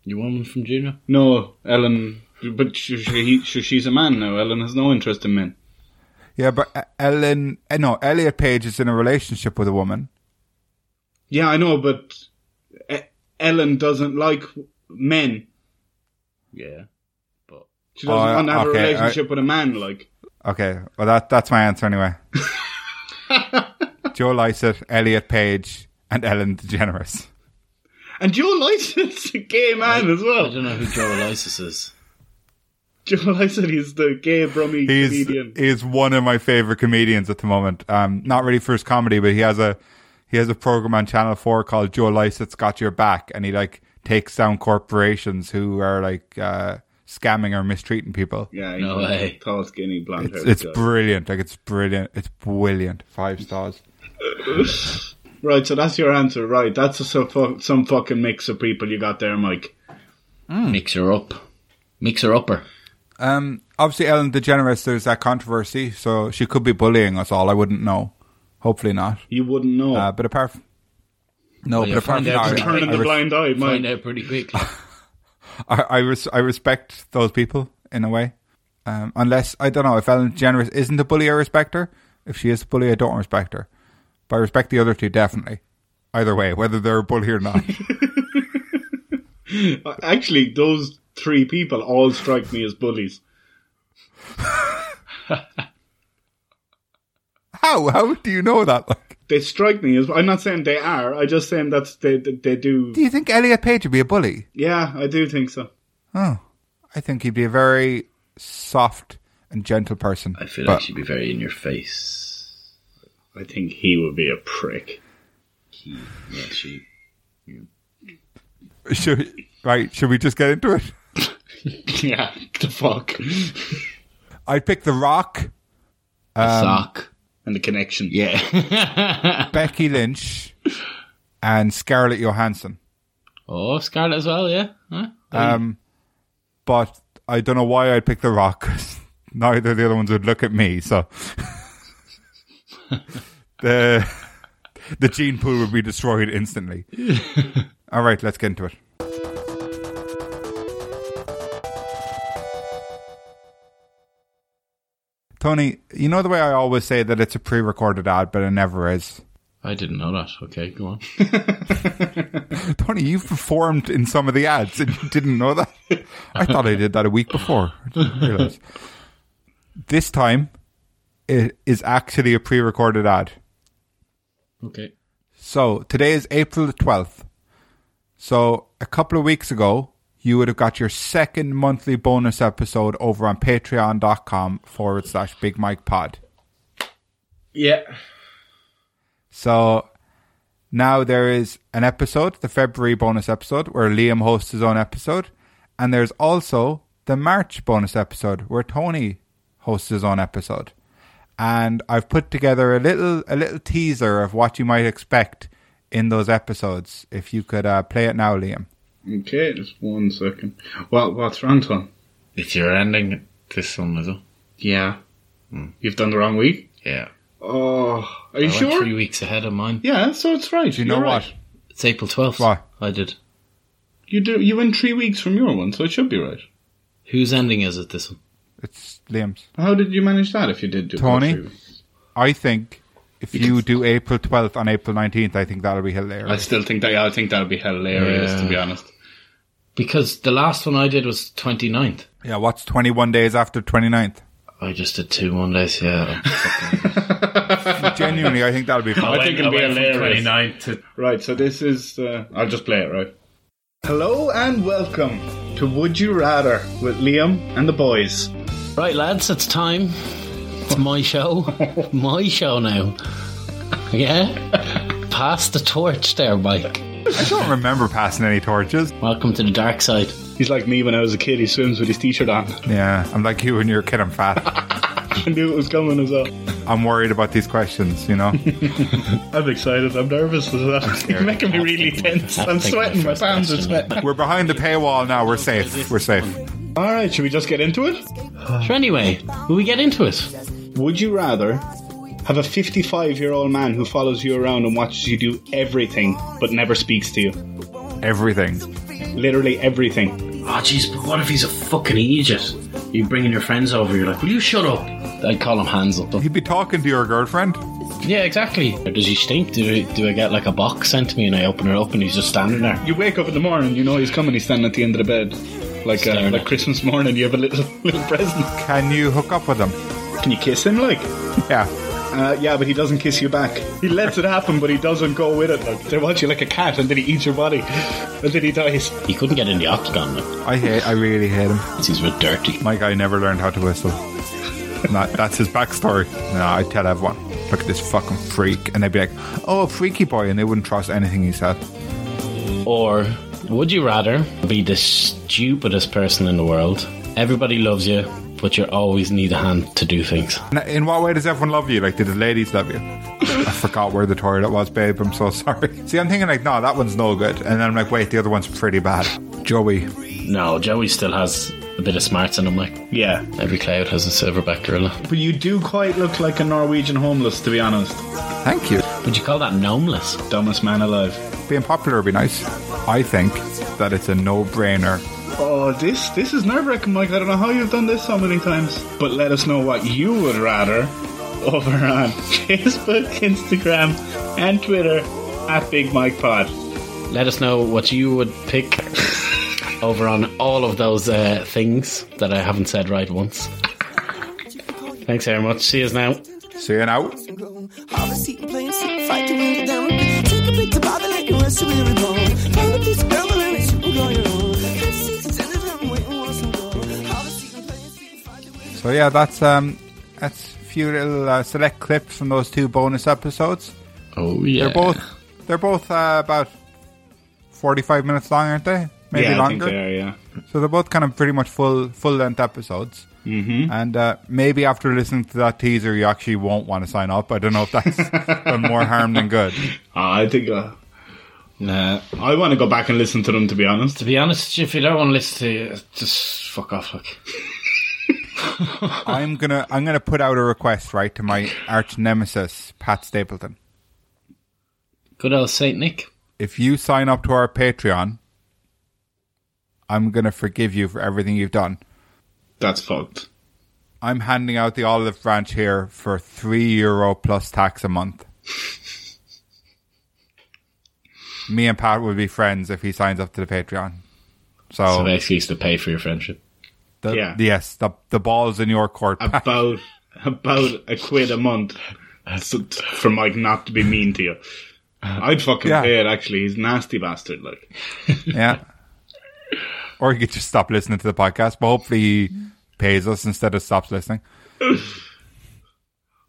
Speaker 3: You woman from Juno?
Speaker 4: No, Ellen. But she, she, he- she, she's a man now. Ellen has no interest in men.
Speaker 2: Yeah, but uh, Ellen, uh, no, Elliot Page is in a relationship with a woman.
Speaker 4: Yeah, I know, but E- Ellen doesn't like men.
Speaker 3: Yeah. But
Speaker 4: She doesn't
Speaker 2: Oh,
Speaker 4: want to have
Speaker 2: okay,
Speaker 4: a relationship with a man. Like
Speaker 2: Okay, well that that's my answer anyway. Joe Lycett, Elliot Page, and Ellen DeGeneres.
Speaker 4: And Joe Lycett's a gay man as
Speaker 3: I
Speaker 4: well.
Speaker 3: don't know who Joe Lysis is.
Speaker 4: Joe Lycett is the gay brummy
Speaker 2: He's
Speaker 4: comedian.
Speaker 2: he's one of my favorite comedians at the moment. Um, not really for his comedy, but he has a he has a program on Channel Four called Joe Lycett's Got Your Back, and he like takes down corporations who are like uh, scamming or mistreating people.
Speaker 4: Yeah, he's
Speaker 3: No
Speaker 4: a
Speaker 3: way.
Speaker 4: Tall, skinny, blonde
Speaker 2: It's,
Speaker 4: haired
Speaker 2: it's
Speaker 4: guy.
Speaker 2: brilliant. Like it's brilliant. It's brilliant. Five stars.
Speaker 4: right, so that's your answer. Right, that's a, some, fu- some fucking mix of people you got there, Mike.
Speaker 3: Mixer up. Mixer upper.
Speaker 2: Um, obviously, Ellen DeGeneres. There's that controversy, so she could be bullying us all. I wouldn't know. Hopefully not.
Speaker 4: You wouldn't know.
Speaker 2: Uh, but apart, from, no.
Speaker 3: Well,
Speaker 2: but
Speaker 3: you'll
Speaker 2: apart from
Speaker 3: find out
Speaker 2: that,
Speaker 3: if you
Speaker 2: I,
Speaker 4: Turning
Speaker 3: I
Speaker 4: the
Speaker 3: res-
Speaker 4: blind eye,
Speaker 3: Find
Speaker 4: Mike.
Speaker 3: out pretty quickly.
Speaker 2: I, I, res- I respect those people in a way. Um, unless I don't know if Ellen DeGeneres isn't a bully, I respect her. If she is a bully, I don't respect her. But I respect the other two definitely. Either way, whether they're a bully or not.
Speaker 4: Uh, Actually, those three people all strike me as bullies.
Speaker 2: how how do you know that? Like,
Speaker 4: They strike me as. I'm not saying they are. I just saying that's they they, they do.
Speaker 2: do you think Elliot Page would be a bully?
Speaker 4: Yeah, I do think so.
Speaker 2: Oh, I think he'd be a very soft and gentle person.
Speaker 3: I feel
Speaker 2: But-
Speaker 3: like she'd be very in your face.
Speaker 4: I think he would be a prick.
Speaker 3: He, yeah, she.
Speaker 2: Should right? Should we just get into it?
Speaker 4: yeah, the fuck.
Speaker 2: Um, I picked The Rock,
Speaker 3: A sock.
Speaker 4: And the connection.
Speaker 3: Yeah.
Speaker 2: Becky Lynch, and Scarlett Johansson.
Speaker 3: oh, Scarlet as well, yeah. Huh?
Speaker 2: Um, but I don't know why I picked The Rock. 'cause neither of the other ones would look at me, so the the gene pool would be destroyed instantly. All right, let's get into it. Tony, you know the way I always say that it's a pre-recorded ad, but it never is.
Speaker 3: I didn't know that. Okay, go on.
Speaker 2: Tony, you've performed in some of the ads and you didn't know that. I thought I did that a week before. I didn't realize. This time, it is actually a pre recorded ad.
Speaker 3: Okay.
Speaker 2: So today is April the 12th. So a couple of weeks ago, you would have got your second monthly bonus episode over on patreon.com forward slash Big Mike Pod.
Speaker 4: Yeah.
Speaker 2: So now there is an episode, the February bonus episode, where Liam hosts his own episode. And there's also the March bonus episode, where Tony hosts his own episode. And I've put together a little a little teaser of what you might expect in those episodes. If you could uh, play it now, Liam.
Speaker 4: Okay, just one second. Well, what's wrong, Tom?
Speaker 3: If you're ending this one, is it? Hmm.
Speaker 4: Yeah. You've done the wrong week?
Speaker 3: Yeah.
Speaker 4: Oh, are you
Speaker 3: I went
Speaker 4: sure?
Speaker 3: three weeks ahead of mine.
Speaker 4: Yeah, so it's right.
Speaker 2: Do you know
Speaker 4: You're
Speaker 2: what?
Speaker 4: right.
Speaker 3: It's April 12th.
Speaker 2: Why?
Speaker 3: I did.
Speaker 4: You do. You went three weeks from your one, so it should be right.
Speaker 3: Whose ending is it, this one?
Speaker 2: It's Liam's.
Speaker 4: How did you manage that if you did do
Speaker 2: Tony?
Speaker 4: three weeks?
Speaker 2: I think if you do April 12th on April 19th, I think that'll be hilarious.
Speaker 4: I still think that. I think that'd be hilarious,
Speaker 3: Yeah.
Speaker 4: to be honest.
Speaker 3: Because the last one I did was 29th.
Speaker 2: yeah, what's 21 days after 29th?
Speaker 3: I just did two Mondays, yeah.
Speaker 2: Genuinely, I think that'll be fun.
Speaker 4: I think it'll be hilarious.
Speaker 3: 29th to
Speaker 4: Right, so this is. Uh, I'll just play it, right? Hello and welcome to Would You Rather with Liam and the boys.
Speaker 3: Right, lads, it's time. It's my show. my show now. Yeah? Pass the torch there, Mike.
Speaker 2: I don't remember passing any torches.
Speaker 3: Welcome to the dark side.
Speaker 4: He's like me when I was a kid, he swims with his t shirt on.
Speaker 2: Yeah, I'm like you when you're a kid, I'm fat.
Speaker 4: I knew it was coming as well.
Speaker 2: I'm worried about these questions, you know?
Speaker 4: I'm excited, I'm nervous as well. You're making me really tense. I'm sweating, my palms are sweating.
Speaker 2: We're behind the paywall now, we're safe. We're safe.
Speaker 4: Alright, should we just get into it?
Speaker 3: So, anyway, will we get into it?
Speaker 4: Would you rather have a 55 year old man who follows you around and watches you do everything but never speaks to you?
Speaker 2: Everything.
Speaker 4: Literally everything.
Speaker 3: Oh, jeez, but what if he's a fucking idiot? You're bringing your friends over, you're like, will you shut up? I'd call him hands up.
Speaker 2: He'd be talking to your girlfriend.
Speaker 3: Yeah, exactly. Or does he stink? Do I, do I get like a box sent to me and I open it up and he's just standing there?
Speaker 4: You wake up in the morning, you know he's coming, he's standing at the end of the bed. Like uh,
Speaker 3: Staring
Speaker 4: like
Speaker 3: at-
Speaker 4: Christmas morning, you have a little little present.
Speaker 2: Can you hook up with him?
Speaker 4: Can you kiss him? Like,
Speaker 2: Yeah.
Speaker 4: uh, yeah, but he doesn't kiss you back. He lets it happen, but he doesn't go with it. Like, they want you like a cat, and then he eats your body, and then he dies.
Speaker 3: He couldn't get in the octagon though.
Speaker 2: I hate. I really hate him.
Speaker 3: 'cause He's real dirty.
Speaker 2: My guy never learned how to whistle. And that, that's his backstory. No, I tell everyone, look at this fucking freak, and they'd be like, "Oh, a freaky boy," and they wouldn't trust anything he said.
Speaker 3: Or would you rather be the stupidest person in the world? Everybody loves you, but you always need a hand to do things.
Speaker 2: And in what way does everyone love you? Like, did the ladies love you? I forgot where the toilet was, babe. I'm so sorry. See, I'm thinking like, no, that one's no good, and then I'm like, wait, the other one's pretty bad. Joey,
Speaker 3: No, Joey still has a bit of smarts in him. Like
Speaker 4: Yeah,
Speaker 3: every cloud has a silverback gorilla.
Speaker 4: but you do quite look like a Norwegian homeless, to be honest.
Speaker 2: thank you.
Speaker 3: Would you call that gnomeless?
Speaker 4: Dumbest man alive.
Speaker 2: Being popular would be nice. I think that it's a no-brainer.
Speaker 4: Oh, this this is nerve wracking, Mike. I don't know how you've done this so many times. But let us know what you would rather over on Facebook, Instagram, and Twitter at Big Mike Pod.
Speaker 3: Let us know what you would pick over on all of those uh, things that I haven't said right once. Thanks very much. See us now.
Speaker 2: See you now.
Speaker 5: and grown. Harvest eating plain sick, fight to win it down. Take a bit to bother like a rest of weary bone. Find a piece of gravel and it's you can go your own. This season's ended, I'm waiting once and gone. Harvest eating plain sick, fight to win it
Speaker 2: So yeah, that's um, that's a few little uh, select clips from those two bonus episodes.
Speaker 3: Oh yeah.
Speaker 2: They're both they're both uh, about forty five minutes long, aren't they? Maybe
Speaker 4: yeah, I think
Speaker 2: longer.
Speaker 4: they are, yeah.
Speaker 2: So they're both kind of pretty much full full length episodes. Mm-hmm. And uh, maybe after listening to that teaser, you actually won't want to sign up. I don't know if that's done more harm than good.
Speaker 4: I think. Uh, nah, I want to go back and listen to them, to be honest.
Speaker 3: To be honest, if you don't want to listen to it, just fuck off. Like
Speaker 2: I'm gonna I'm gonna put out a request right to my arch nemesis Pat Stapleton.
Speaker 3: good old Saint Nick.
Speaker 2: If you sign up to our Patreon, I'm gonna forgive you for everything you've done.
Speaker 4: That's fucked.
Speaker 2: I'm handing out the olive branch here for three euro plus tax a month. Me and Pat would be friends if he signs up to the Patreon.
Speaker 3: So
Speaker 2: So,
Speaker 3: basically, it's to pay for your friendship.
Speaker 2: the,
Speaker 4: yeah.
Speaker 2: yes, the the ball's in your court. Pat.
Speaker 4: About about a quid a month so- for Mike not to be mean to you. I'd fucking
Speaker 2: Yeah.
Speaker 4: pay it. Actually, he's a nasty bastard. Like,
Speaker 2: yeah. Or he could just stop listening to the podcast, but hopefully he pays us instead of stops listening.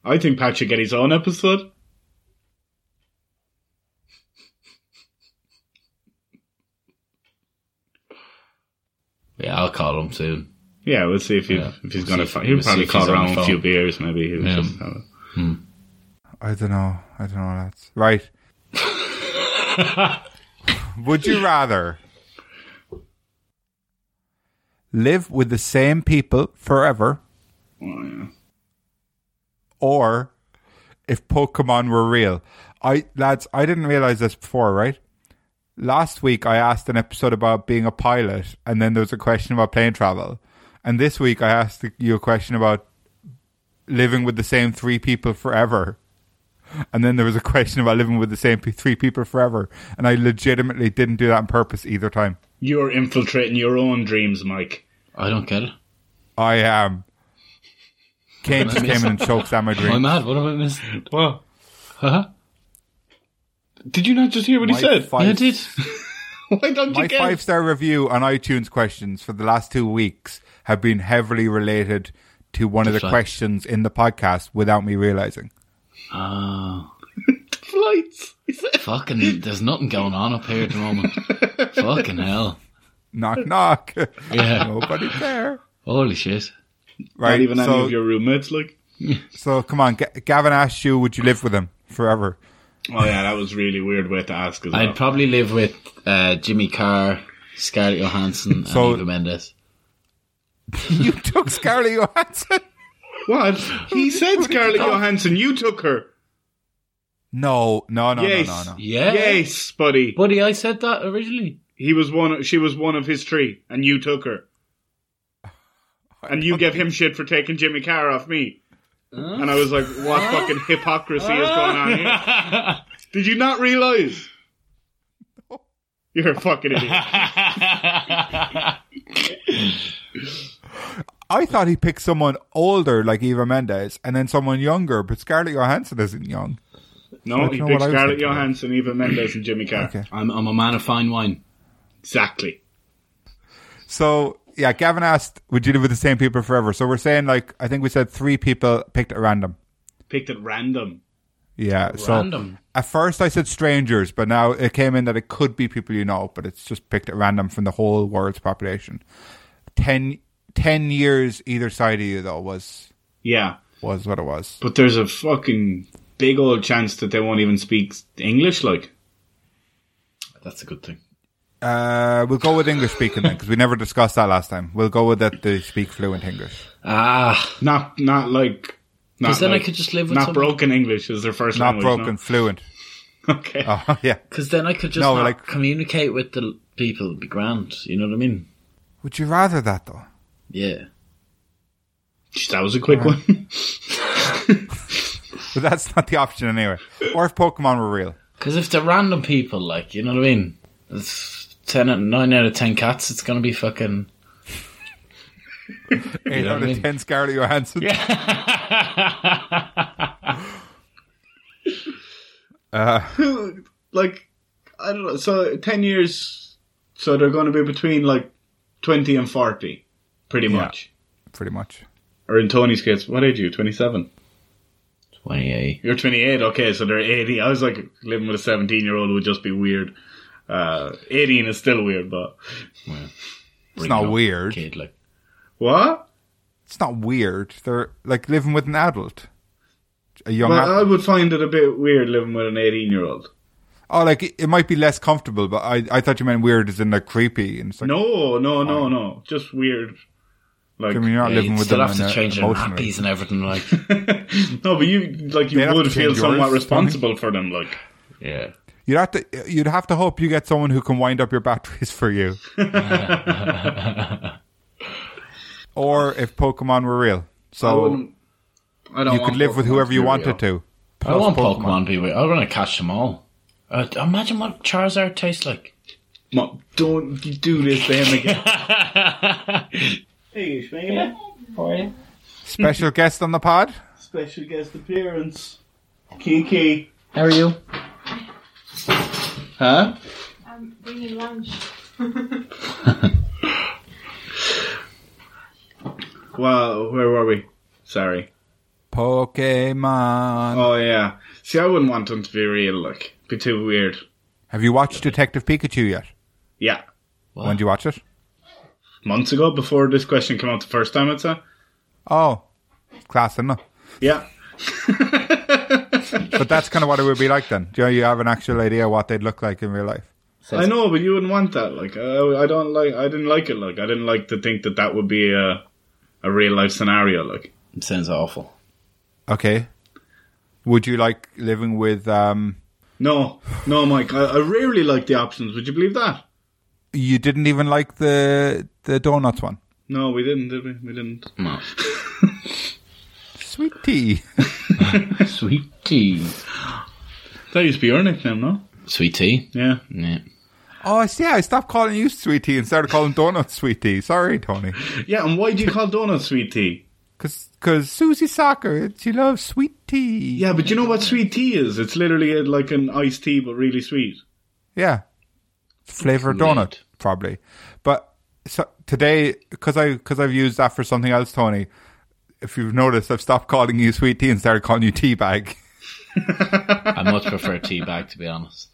Speaker 4: I think Pat should get his own episode.
Speaker 3: Yeah, I'll call him soon.
Speaker 4: Yeah, we'll see if, he,
Speaker 3: Yeah.
Speaker 4: if he's
Speaker 3: We'll
Speaker 4: gonna.
Speaker 3: see if-
Speaker 4: fi- he'll
Speaker 3: we'll see
Speaker 4: probably
Speaker 3: if
Speaker 4: call
Speaker 3: he's on
Speaker 4: around
Speaker 3: the
Speaker 4: with a few
Speaker 3: phone.
Speaker 4: beers, maybe. He'll
Speaker 3: Yeah.
Speaker 4: just have a-
Speaker 2: I don't know. I don't know. That's right. Would you rather live with the same people forever,
Speaker 4: Oh, yeah.
Speaker 2: or if Pokemon were real? I lads, I didn't realize this before. Right? Last week, I asked an episode about being a pilot, and then there was a question about plane travel. And this week, I asked you a question about living with the same three people forever. And then there was a question about living with the same pe- three people forever. And I legitimately didn't do that on purpose either time.
Speaker 4: You're infiltrating your own dreams, Mike.
Speaker 3: I don't get it.
Speaker 2: I am. Kane just came in and choked down my
Speaker 3: Am I
Speaker 2: dream.
Speaker 3: mad? What am I missing?
Speaker 4: Well,
Speaker 3: Huh?
Speaker 4: did you not just hear what
Speaker 2: My
Speaker 4: he said?
Speaker 2: five-
Speaker 3: Yeah, I did.
Speaker 4: Why don't you
Speaker 2: My
Speaker 4: get?
Speaker 2: five star review on iTunes questions for the last two weeks have been heavily related to one of the
Speaker 3: Flight.
Speaker 2: questions in the podcast without me realizing.
Speaker 3: Oh,
Speaker 4: flights? He said-
Speaker 3: fucking. There's nothing going on up here at the moment. fucking hell.
Speaker 2: Knock, knock.
Speaker 3: Yeah.
Speaker 2: Nobody there.
Speaker 3: Holy shit.
Speaker 2: Right.
Speaker 4: not even any
Speaker 2: so,
Speaker 4: of your roommates. Like,
Speaker 2: so come on. G- Gavin asked you, would you live with him forever?
Speaker 4: oh yeah, that was really weird way to ask as well.
Speaker 3: I'd probably live with uh, Jimmy Carr, Scarlett Johansson,
Speaker 2: So-
Speaker 3: and Eva Mendes.
Speaker 2: You took Scarlett Johansson.
Speaker 4: what? He said Scarlett Johansson. You took her.
Speaker 2: No, no, no,
Speaker 4: yes.
Speaker 2: no, no, no.
Speaker 3: Yeah.
Speaker 4: Yes, buddy.
Speaker 3: Buddy, I said that originally.
Speaker 4: He was one. She was one of his three, and you took her. And you gave him shit for taking Jimmy Carr off me. And I was like, what fucking hypocrisy is going on here? Did you not realize? You're a fucking idiot.
Speaker 2: I, I thought he picked someone older like Eva Mendes and then someone younger, but Scarlett Johansson isn't young.
Speaker 4: No,
Speaker 2: don't
Speaker 4: he
Speaker 2: know
Speaker 4: picked
Speaker 2: what I was
Speaker 4: Scarlett
Speaker 2: thinking.
Speaker 4: Johansson, Eva Mendes, and Jimmy Carr.
Speaker 2: Okay.
Speaker 3: I'm, I'm a man of fine wine.
Speaker 4: Exactly.
Speaker 2: So yeah, Gavin asked, "Would you live with the same people forever?" So we're saying like I think we said three people picked at random.
Speaker 4: Picked at random.
Speaker 2: Yeah,
Speaker 3: Random.
Speaker 2: so at first I said strangers, but now it came in that it could be people you know, but it's just picked at random from the whole world's population. Ten, ten years either side of you though was
Speaker 4: Yeah,
Speaker 2: was what it was.
Speaker 4: but there's a fucking big old chance that they won't even speak English. Like,
Speaker 3: That's a good thing.
Speaker 2: Uh, we'll go with English speaking then, because we never discussed that last time. We'll go with that they speak fluent English,
Speaker 3: Ah,
Speaker 4: not not like. Not
Speaker 3: because then
Speaker 4: like,
Speaker 3: I could just live with
Speaker 4: not
Speaker 3: someone.
Speaker 4: broken English is their first
Speaker 2: not
Speaker 4: language.
Speaker 2: broken, fluent.
Speaker 4: no? Okay.
Speaker 2: Oh yeah.
Speaker 3: Because then I could just
Speaker 2: No,
Speaker 3: not
Speaker 2: like-
Speaker 3: communicate with the l- people. It'd be grand. You know what I mean?
Speaker 2: Would you rather that though?
Speaker 3: Yeah.
Speaker 4: Jeez, That was a quick one.
Speaker 2: But that's not the option anyway. Or if Pokemon were real.
Speaker 3: Because if they're random people, like you know what I mean, it's ten out- nine out of ten cats. It's gonna be fucking.
Speaker 2: Eight out
Speaker 3: know what I
Speaker 2: of
Speaker 3: mean?
Speaker 2: ten Scarlett Johansson.
Speaker 4: like, I don't know. So ten years. So they're going to be between like twenty and forty, pretty
Speaker 2: Yeah.
Speaker 4: much.
Speaker 2: Pretty much.
Speaker 4: Or in Tony's case, what age are you? Twenty-seven.
Speaker 3: Twenty-eight.
Speaker 4: You're 28. Okay, so they're 80. I was like, living with a 17 year old would just be weird. Uh, 18 is still weird, but
Speaker 2: It's not weird.
Speaker 3: Kid, like
Speaker 4: what?
Speaker 2: It's not weird. They're like living with an adult. A young
Speaker 4: Well, uh, I
Speaker 2: adult.
Speaker 4: would find it a bit weird living with an 18 year old.
Speaker 2: Oh, like it it might be less comfortable, but I, I thought you meant weird as in like creepy and it's like
Speaker 4: No, no, no, no. Just weird. Like
Speaker 2: I mean, you're not
Speaker 3: yeah,
Speaker 2: living
Speaker 3: you'd
Speaker 2: with
Speaker 3: still
Speaker 2: them
Speaker 3: have to
Speaker 2: and, uh,
Speaker 3: change their
Speaker 2: emotionally.
Speaker 3: nappies and everything. Like
Speaker 4: no, but you like you
Speaker 2: They'd have
Speaker 4: would
Speaker 2: to
Speaker 4: feel
Speaker 2: change
Speaker 4: somewhat
Speaker 2: yours,
Speaker 4: responsible for them. Like
Speaker 3: yeah.
Speaker 2: You'd have to you'd have to hope you get someone who can wind up your batteries for you. or if Pokemon were real.
Speaker 4: I
Speaker 2: So
Speaker 4: wouldn't. I don't.
Speaker 2: you could
Speaker 4: want
Speaker 2: live with
Speaker 4: Pokemon
Speaker 2: whoever
Speaker 4: be
Speaker 2: you
Speaker 4: real.
Speaker 2: wanted to.
Speaker 3: I want
Speaker 2: Plus
Speaker 3: Pokemon, to be weird. I'm gonna catch them all. Uh, imagine what Charizard tastes like.
Speaker 4: Mo- don't you do this to him again. hey, Shmegula.
Speaker 2: Special guest on the pod?
Speaker 4: Special guest appearance. Kiki.
Speaker 3: How are you?
Speaker 4: Huh?
Speaker 6: I'm bringing lunch.
Speaker 4: Well, where were we? Sorry.
Speaker 2: Pokemon.
Speaker 4: Oh yeah. See, I wouldn't want them to be real. Like, be too weird.
Speaker 2: Have you watched Detective Pikachu yet?
Speaker 4: Yeah.
Speaker 3: What?
Speaker 2: When did you watch it?
Speaker 4: Months ago, before this question came out the first time, I'd say.
Speaker 2: Oh, class enough.
Speaker 4: Yeah.
Speaker 2: But that's kind of what it would be like then. Do you, know, you have an actual idea what they'd look like in real life?
Speaker 4: I know, but you wouldn't want that. Like, uh, I, I don't like. I didn't like it. Like, I didn't like to think that that would be a a real life scenario. Like,
Speaker 3: It sounds awful.
Speaker 2: Okay. Would you like living with? um
Speaker 4: no, no, Mike. I, I rarely like the options. Would you believe that?
Speaker 2: You didn't even like the the donuts one.
Speaker 4: No, we didn't. Did we? We didn't.
Speaker 3: No.
Speaker 2: Sweet tea.
Speaker 3: Sweet tea.
Speaker 4: That used to be your nickname, no?
Speaker 3: Sweet tea.
Speaker 4: Yeah.
Speaker 3: Yeah.
Speaker 2: Oh, I see. I stopped calling you sweet tea and started calling donuts sweet tea. Sorry, Tony.
Speaker 4: Yeah. And why do you call donuts sweet tea?
Speaker 2: Because because Susie Soccer, she loves sweet tea.
Speaker 4: Yeah, but you know what sweet tea is? It's literally uh, like an iced tea, but really sweet.
Speaker 2: Yeah. Flavored
Speaker 3: Kool-Aid.
Speaker 2: donut, probably. But so today, because I because I've used that for something else, Tony. If you've noticed, I've stopped calling you sweet tea and started calling you tea bag.
Speaker 3: I much prefer tea bag to be honest.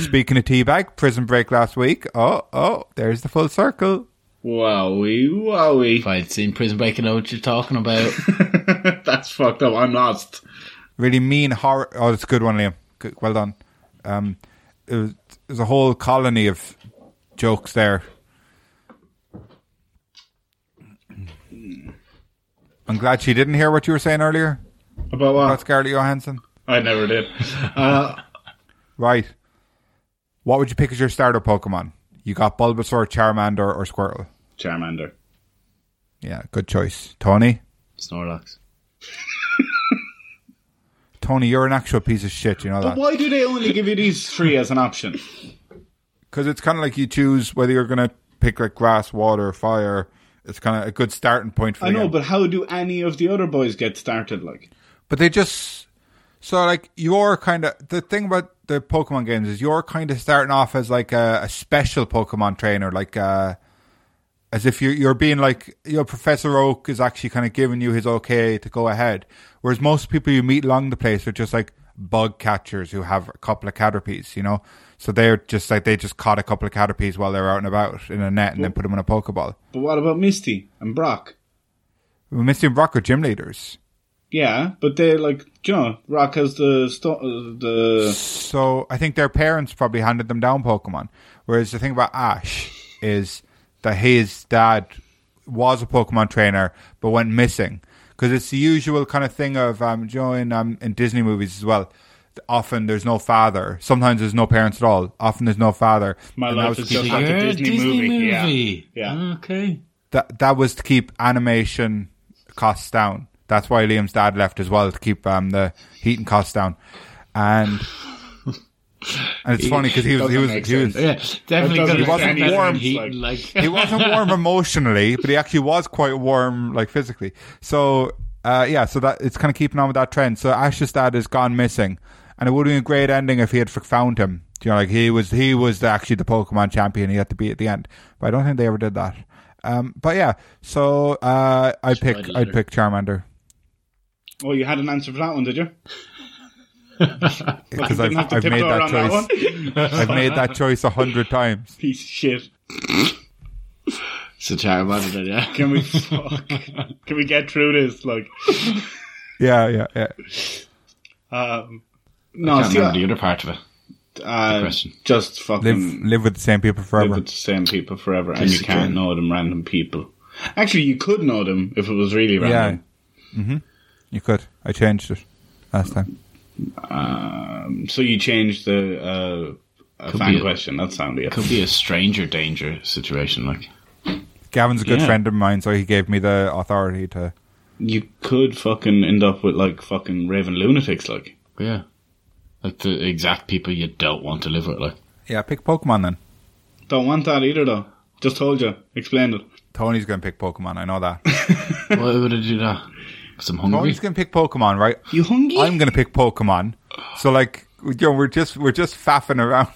Speaker 2: Speaking of tea bag, Prison Break last week. Oh, oh, there's the full circle.
Speaker 4: Wowie, wowie.
Speaker 3: If I had seen Prison Break, I know what you're talking about.
Speaker 4: That's fucked up. I'm lost.
Speaker 2: Really mean horror. Oh, it's a good one, Liam. Good, well done. Um, it was, there's a whole colony of jokes there. I'm glad she didn't hear what you were saying earlier.
Speaker 4: About
Speaker 2: About
Speaker 4: what?
Speaker 2: Scarlett Johansson?
Speaker 4: uh, I never did. Uh,
Speaker 2: Right. What would you pick as your starter Pokemon? You got Bulbasaur, Charmander, or Squirtle.
Speaker 4: Charmander.
Speaker 2: Yeah, good choice. Tony?
Speaker 3: Snorlax.
Speaker 2: Tony, you're an actual piece of shit, you know
Speaker 4: But
Speaker 2: that.
Speaker 4: why do they only give you these three as an option?
Speaker 2: Because it's kind of like you choose whether you're going to pick like grass, water, fire. It's kind of a good starting point for
Speaker 4: I
Speaker 2: the
Speaker 4: know,
Speaker 2: game.
Speaker 4: but how do any of the other boys get started? Like,
Speaker 2: But they just so like you're kind of the thing about the Pokemon games is you're kind of starting off as like a, a special Pokemon trainer, like uh, as if you're you're being like you know Professor Oak is actually kind of giving you his okay to go ahead. Whereas most people you meet along the place are just like bug catchers who have a couple of caterpies, you know. So they're just like they just caught a couple of caterpies while they're out and about in a net and then put them in a Pokeball.
Speaker 4: but what about Misty and Brock?
Speaker 2: Misty and Brock are gym leaders.
Speaker 4: Yeah, but they like, you know, Rock has the sto- uh, the
Speaker 2: So I think their parents probably handed them down Pokemon. Whereas the thing about Ash is that his dad was a Pokemon trainer but went missing because it's the usual kind of thing of um, you know, in, um, in Disney movies as well. Often there's no father. Sometimes there's no parents at all. Often there's no father.
Speaker 4: My
Speaker 2: And that
Speaker 4: life
Speaker 2: was
Speaker 4: is
Speaker 2: to
Speaker 4: just
Speaker 2: keep-
Speaker 4: like
Speaker 3: You're
Speaker 4: a
Speaker 3: a
Speaker 4: Disney, movie. Yeah.
Speaker 3: Uh-huh.
Speaker 4: yeah.
Speaker 3: Okay.
Speaker 2: that that was to keep animation costs down. That's why Liam's dad left as well to keep um, the heating costs down, and and it's funny because he was he
Speaker 4: Doesn't
Speaker 2: was
Speaker 4: make
Speaker 2: he was
Speaker 4: sense.
Speaker 3: Yeah, definitely
Speaker 4: That doesn't
Speaker 3: got
Speaker 4: make
Speaker 2: wasn't
Speaker 4: any
Speaker 2: warm,
Speaker 4: sense,
Speaker 3: Heat,
Speaker 4: like-
Speaker 3: like,
Speaker 2: he wasn't warm emotionally, but he actually was quite warm, like physically. So, uh, yeah, so that it's kind of keeping on with that trend. So Ash's dad has gone missing, and it would have been a great ending if he had f- found him. You know, like he was he was actually the Pokemon champion. He had to be at the end, but I don't think they ever did that. Um, but yeah, so uh, I pick
Speaker 3: Spider-Letter.
Speaker 2: I'd pick Charmander
Speaker 4: Oh, you had an answer for that one, did you? You
Speaker 2: because
Speaker 4: didn't
Speaker 2: I've,
Speaker 4: have to
Speaker 2: I've made
Speaker 4: tiptoe
Speaker 2: that
Speaker 4: around that
Speaker 2: choice.
Speaker 4: one.
Speaker 2: I've made that choice a hundred times.
Speaker 4: Piece of shit.
Speaker 3: it's a Charmander, yeah.
Speaker 4: Can we fuck? Can we get through this? Like,
Speaker 2: Yeah, yeah, yeah.
Speaker 4: um,
Speaker 3: I
Speaker 4: no,
Speaker 3: can't
Speaker 4: see,
Speaker 3: remember the
Speaker 4: I,
Speaker 3: other part of it.
Speaker 4: uh,
Speaker 3: question.
Speaker 4: just
Speaker 2: Live
Speaker 4: fucking
Speaker 2: live with the same people
Speaker 4: Hmm. live
Speaker 2: forever.
Speaker 4: with the same people forever, and you
Speaker 3: Just
Speaker 4: can't
Speaker 3: again.
Speaker 4: know them random people. Actually, you could know them if it was really random.
Speaker 2: Mm-hmm. You could. I changed it last time.
Speaker 4: So you changed the uh, uh,
Speaker 3: Could
Speaker 4: fan
Speaker 3: be a-
Speaker 4: question. That sounded it.
Speaker 3: Could be a stranger danger situation, like.
Speaker 2: Gavin's a good
Speaker 4: Yeah.
Speaker 2: friend of mine, so he gave me the authority to.
Speaker 4: You could fucking end up with like fucking raven lunatics, like.
Speaker 3: Yeah. Like the exact people you don't want to live with, like.
Speaker 2: Yeah, pick Pokemon then.
Speaker 4: Don't want that either, though. Just told you. Explained it.
Speaker 2: Tony's going to pick Pokemon. I know that.
Speaker 3: Why would I do that? Because I'm hungry.
Speaker 2: Tony's going to pick Pokemon, right?
Speaker 4: You hungry?
Speaker 2: I'm going to pick Pokemon. So like, you know, we're just we're just faffing around.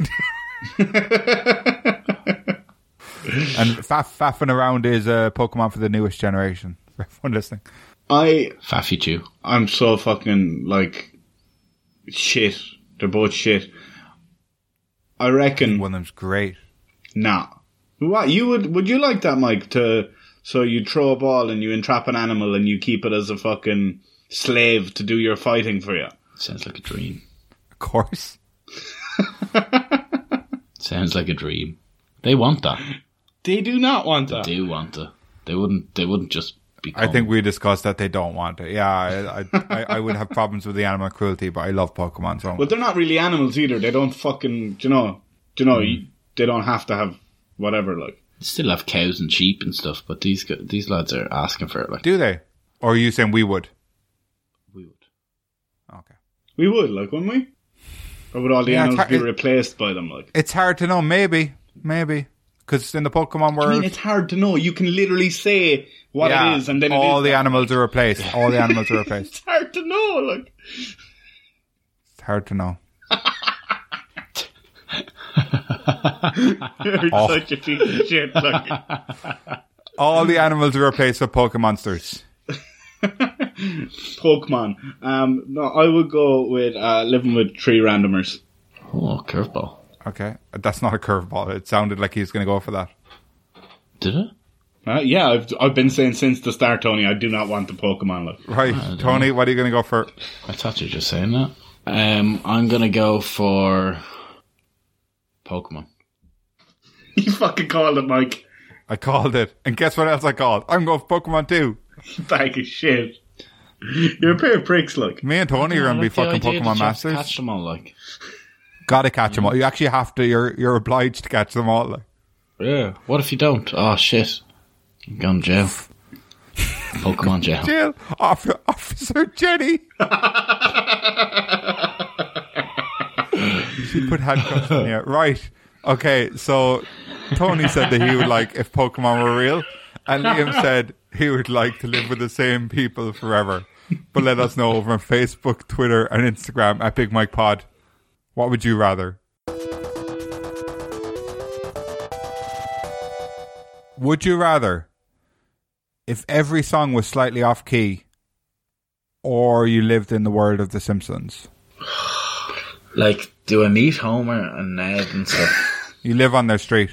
Speaker 2: and faff, faffing around is uh, Pokemon for the newest generation. For everyone listening,
Speaker 4: I
Speaker 3: Faffy Chew.
Speaker 4: I'm so fucking like shit. They're both shit. I reckon.
Speaker 2: one of them's great.
Speaker 4: Nah. What you would would you like that, Mike? To so you throw a ball and you entrap an animal and you keep it as a fucking slave to do your fighting for you.
Speaker 3: Sounds like a dream.
Speaker 2: Of course,
Speaker 3: Sounds like a dream. They want that.
Speaker 4: They do not want
Speaker 3: They
Speaker 4: that.
Speaker 3: do want to. They wouldn't. They wouldn't just. Become,
Speaker 2: I think
Speaker 4: Oh.
Speaker 2: we discussed that they don't want it. Yeah, I, I, I, I would have problems with the animal cruelty, but I love Pokemon so.
Speaker 4: But they're not really animals either. They don't fucking do you know do you know
Speaker 2: Hmm.
Speaker 4: you- they don't have to have whatever like.
Speaker 3: still have cows and sheep and stuff, but these gu- these lads are asking for it. Like
Speaker 2: Do they? Or are you saying we would?
Speaker 3: we would.
Speaker 2: Okay.
Speaker 4: We would, like, wouldn't we? Or would all the
Speaker 2: Yeah, it's
Speaker 4: animals
Speaker 2: hard-
Speaker 4: be
Speaker 2: it-
Speaker 4: replaced by them? Like,
Speaker 2: It's hard to know. Maybe, maybe, because in the Pokemon
Speaker 4: I
Speaker 2: world,
Speaker 4: mean, it's hard to know. You can literally say what
Speaker 2: yeah,
Speaker 4: it is, and then
Speaker 2: all
Speaker 4: it
Speaker 2: the
Speaker 4: is
Speaker 2: animals are replaced. All the animals are replaced.
Speaker 4: It's hard to know. Like,
Speaker 2: It's hard to know.
Speaker 4: you're
Speaker 2: Oh.
Speaker 4: such a piece of shit. Like,
Speaker 2: All the animals are replaced with Pokemonsters.
Speaker 4: Pokemon. Um, no, I would go with uh, living with three randomers.
Speaker 3: Oh, curveball!
Speaker 2: Okay, that's not a curveball. It sounded like he was going to go for that.
Speaker 3: Did it?
Speaker 4: Uh, yeah, I've I've been saying since the start, Tony. I do not want the Pokemon. Like,
Speaker 2: Right, Tony, what are you going to go for?
Speaker 3: I thought you were just saying that. Um, I'm gonna go for Pokemon.
Speaker 4: you fucking called it, Mike.
Speaker 2: I called it, and guess what else I called? I'm going for Pokemon too.
Speaker 4: Bag of shit. You're a pair of pricks. Like,
Speaker 2: Me and Tony are going to be
Speaker 3: Like the
Speaker 2: fucking
Speaker 3: idea
Speaker 2: Pokemon
Speaker 3: that you have to
Speaker 2: masters.
Speaker 3: Catch them all, like
Speaker 2: Got to catch
Speaker 3: Mm.
Speaker 2: them all. You actually have to. You're you're obliged to catch them all. Like.
Speaker 3: yeah. What if you don't? Oh shit! I'm going to jail. Pokemon jail.
Speaker 2: Jail, Officer, Officer Jenny. she put handcuffs on you. Right. Okay, so Tony said that he would like if Pokemon were real, And Liam said he would like to live with the same people forever. But let us know over on Facebook, Twitter, and Instagram at Big Mike Pod. What would you rather? Would you rather if every song was slightly off key or you lived in the world of The Simpsons?
Speaker 3: Like, do I meet Homer and Ned and stuff?
Speaker 2: You live on their street.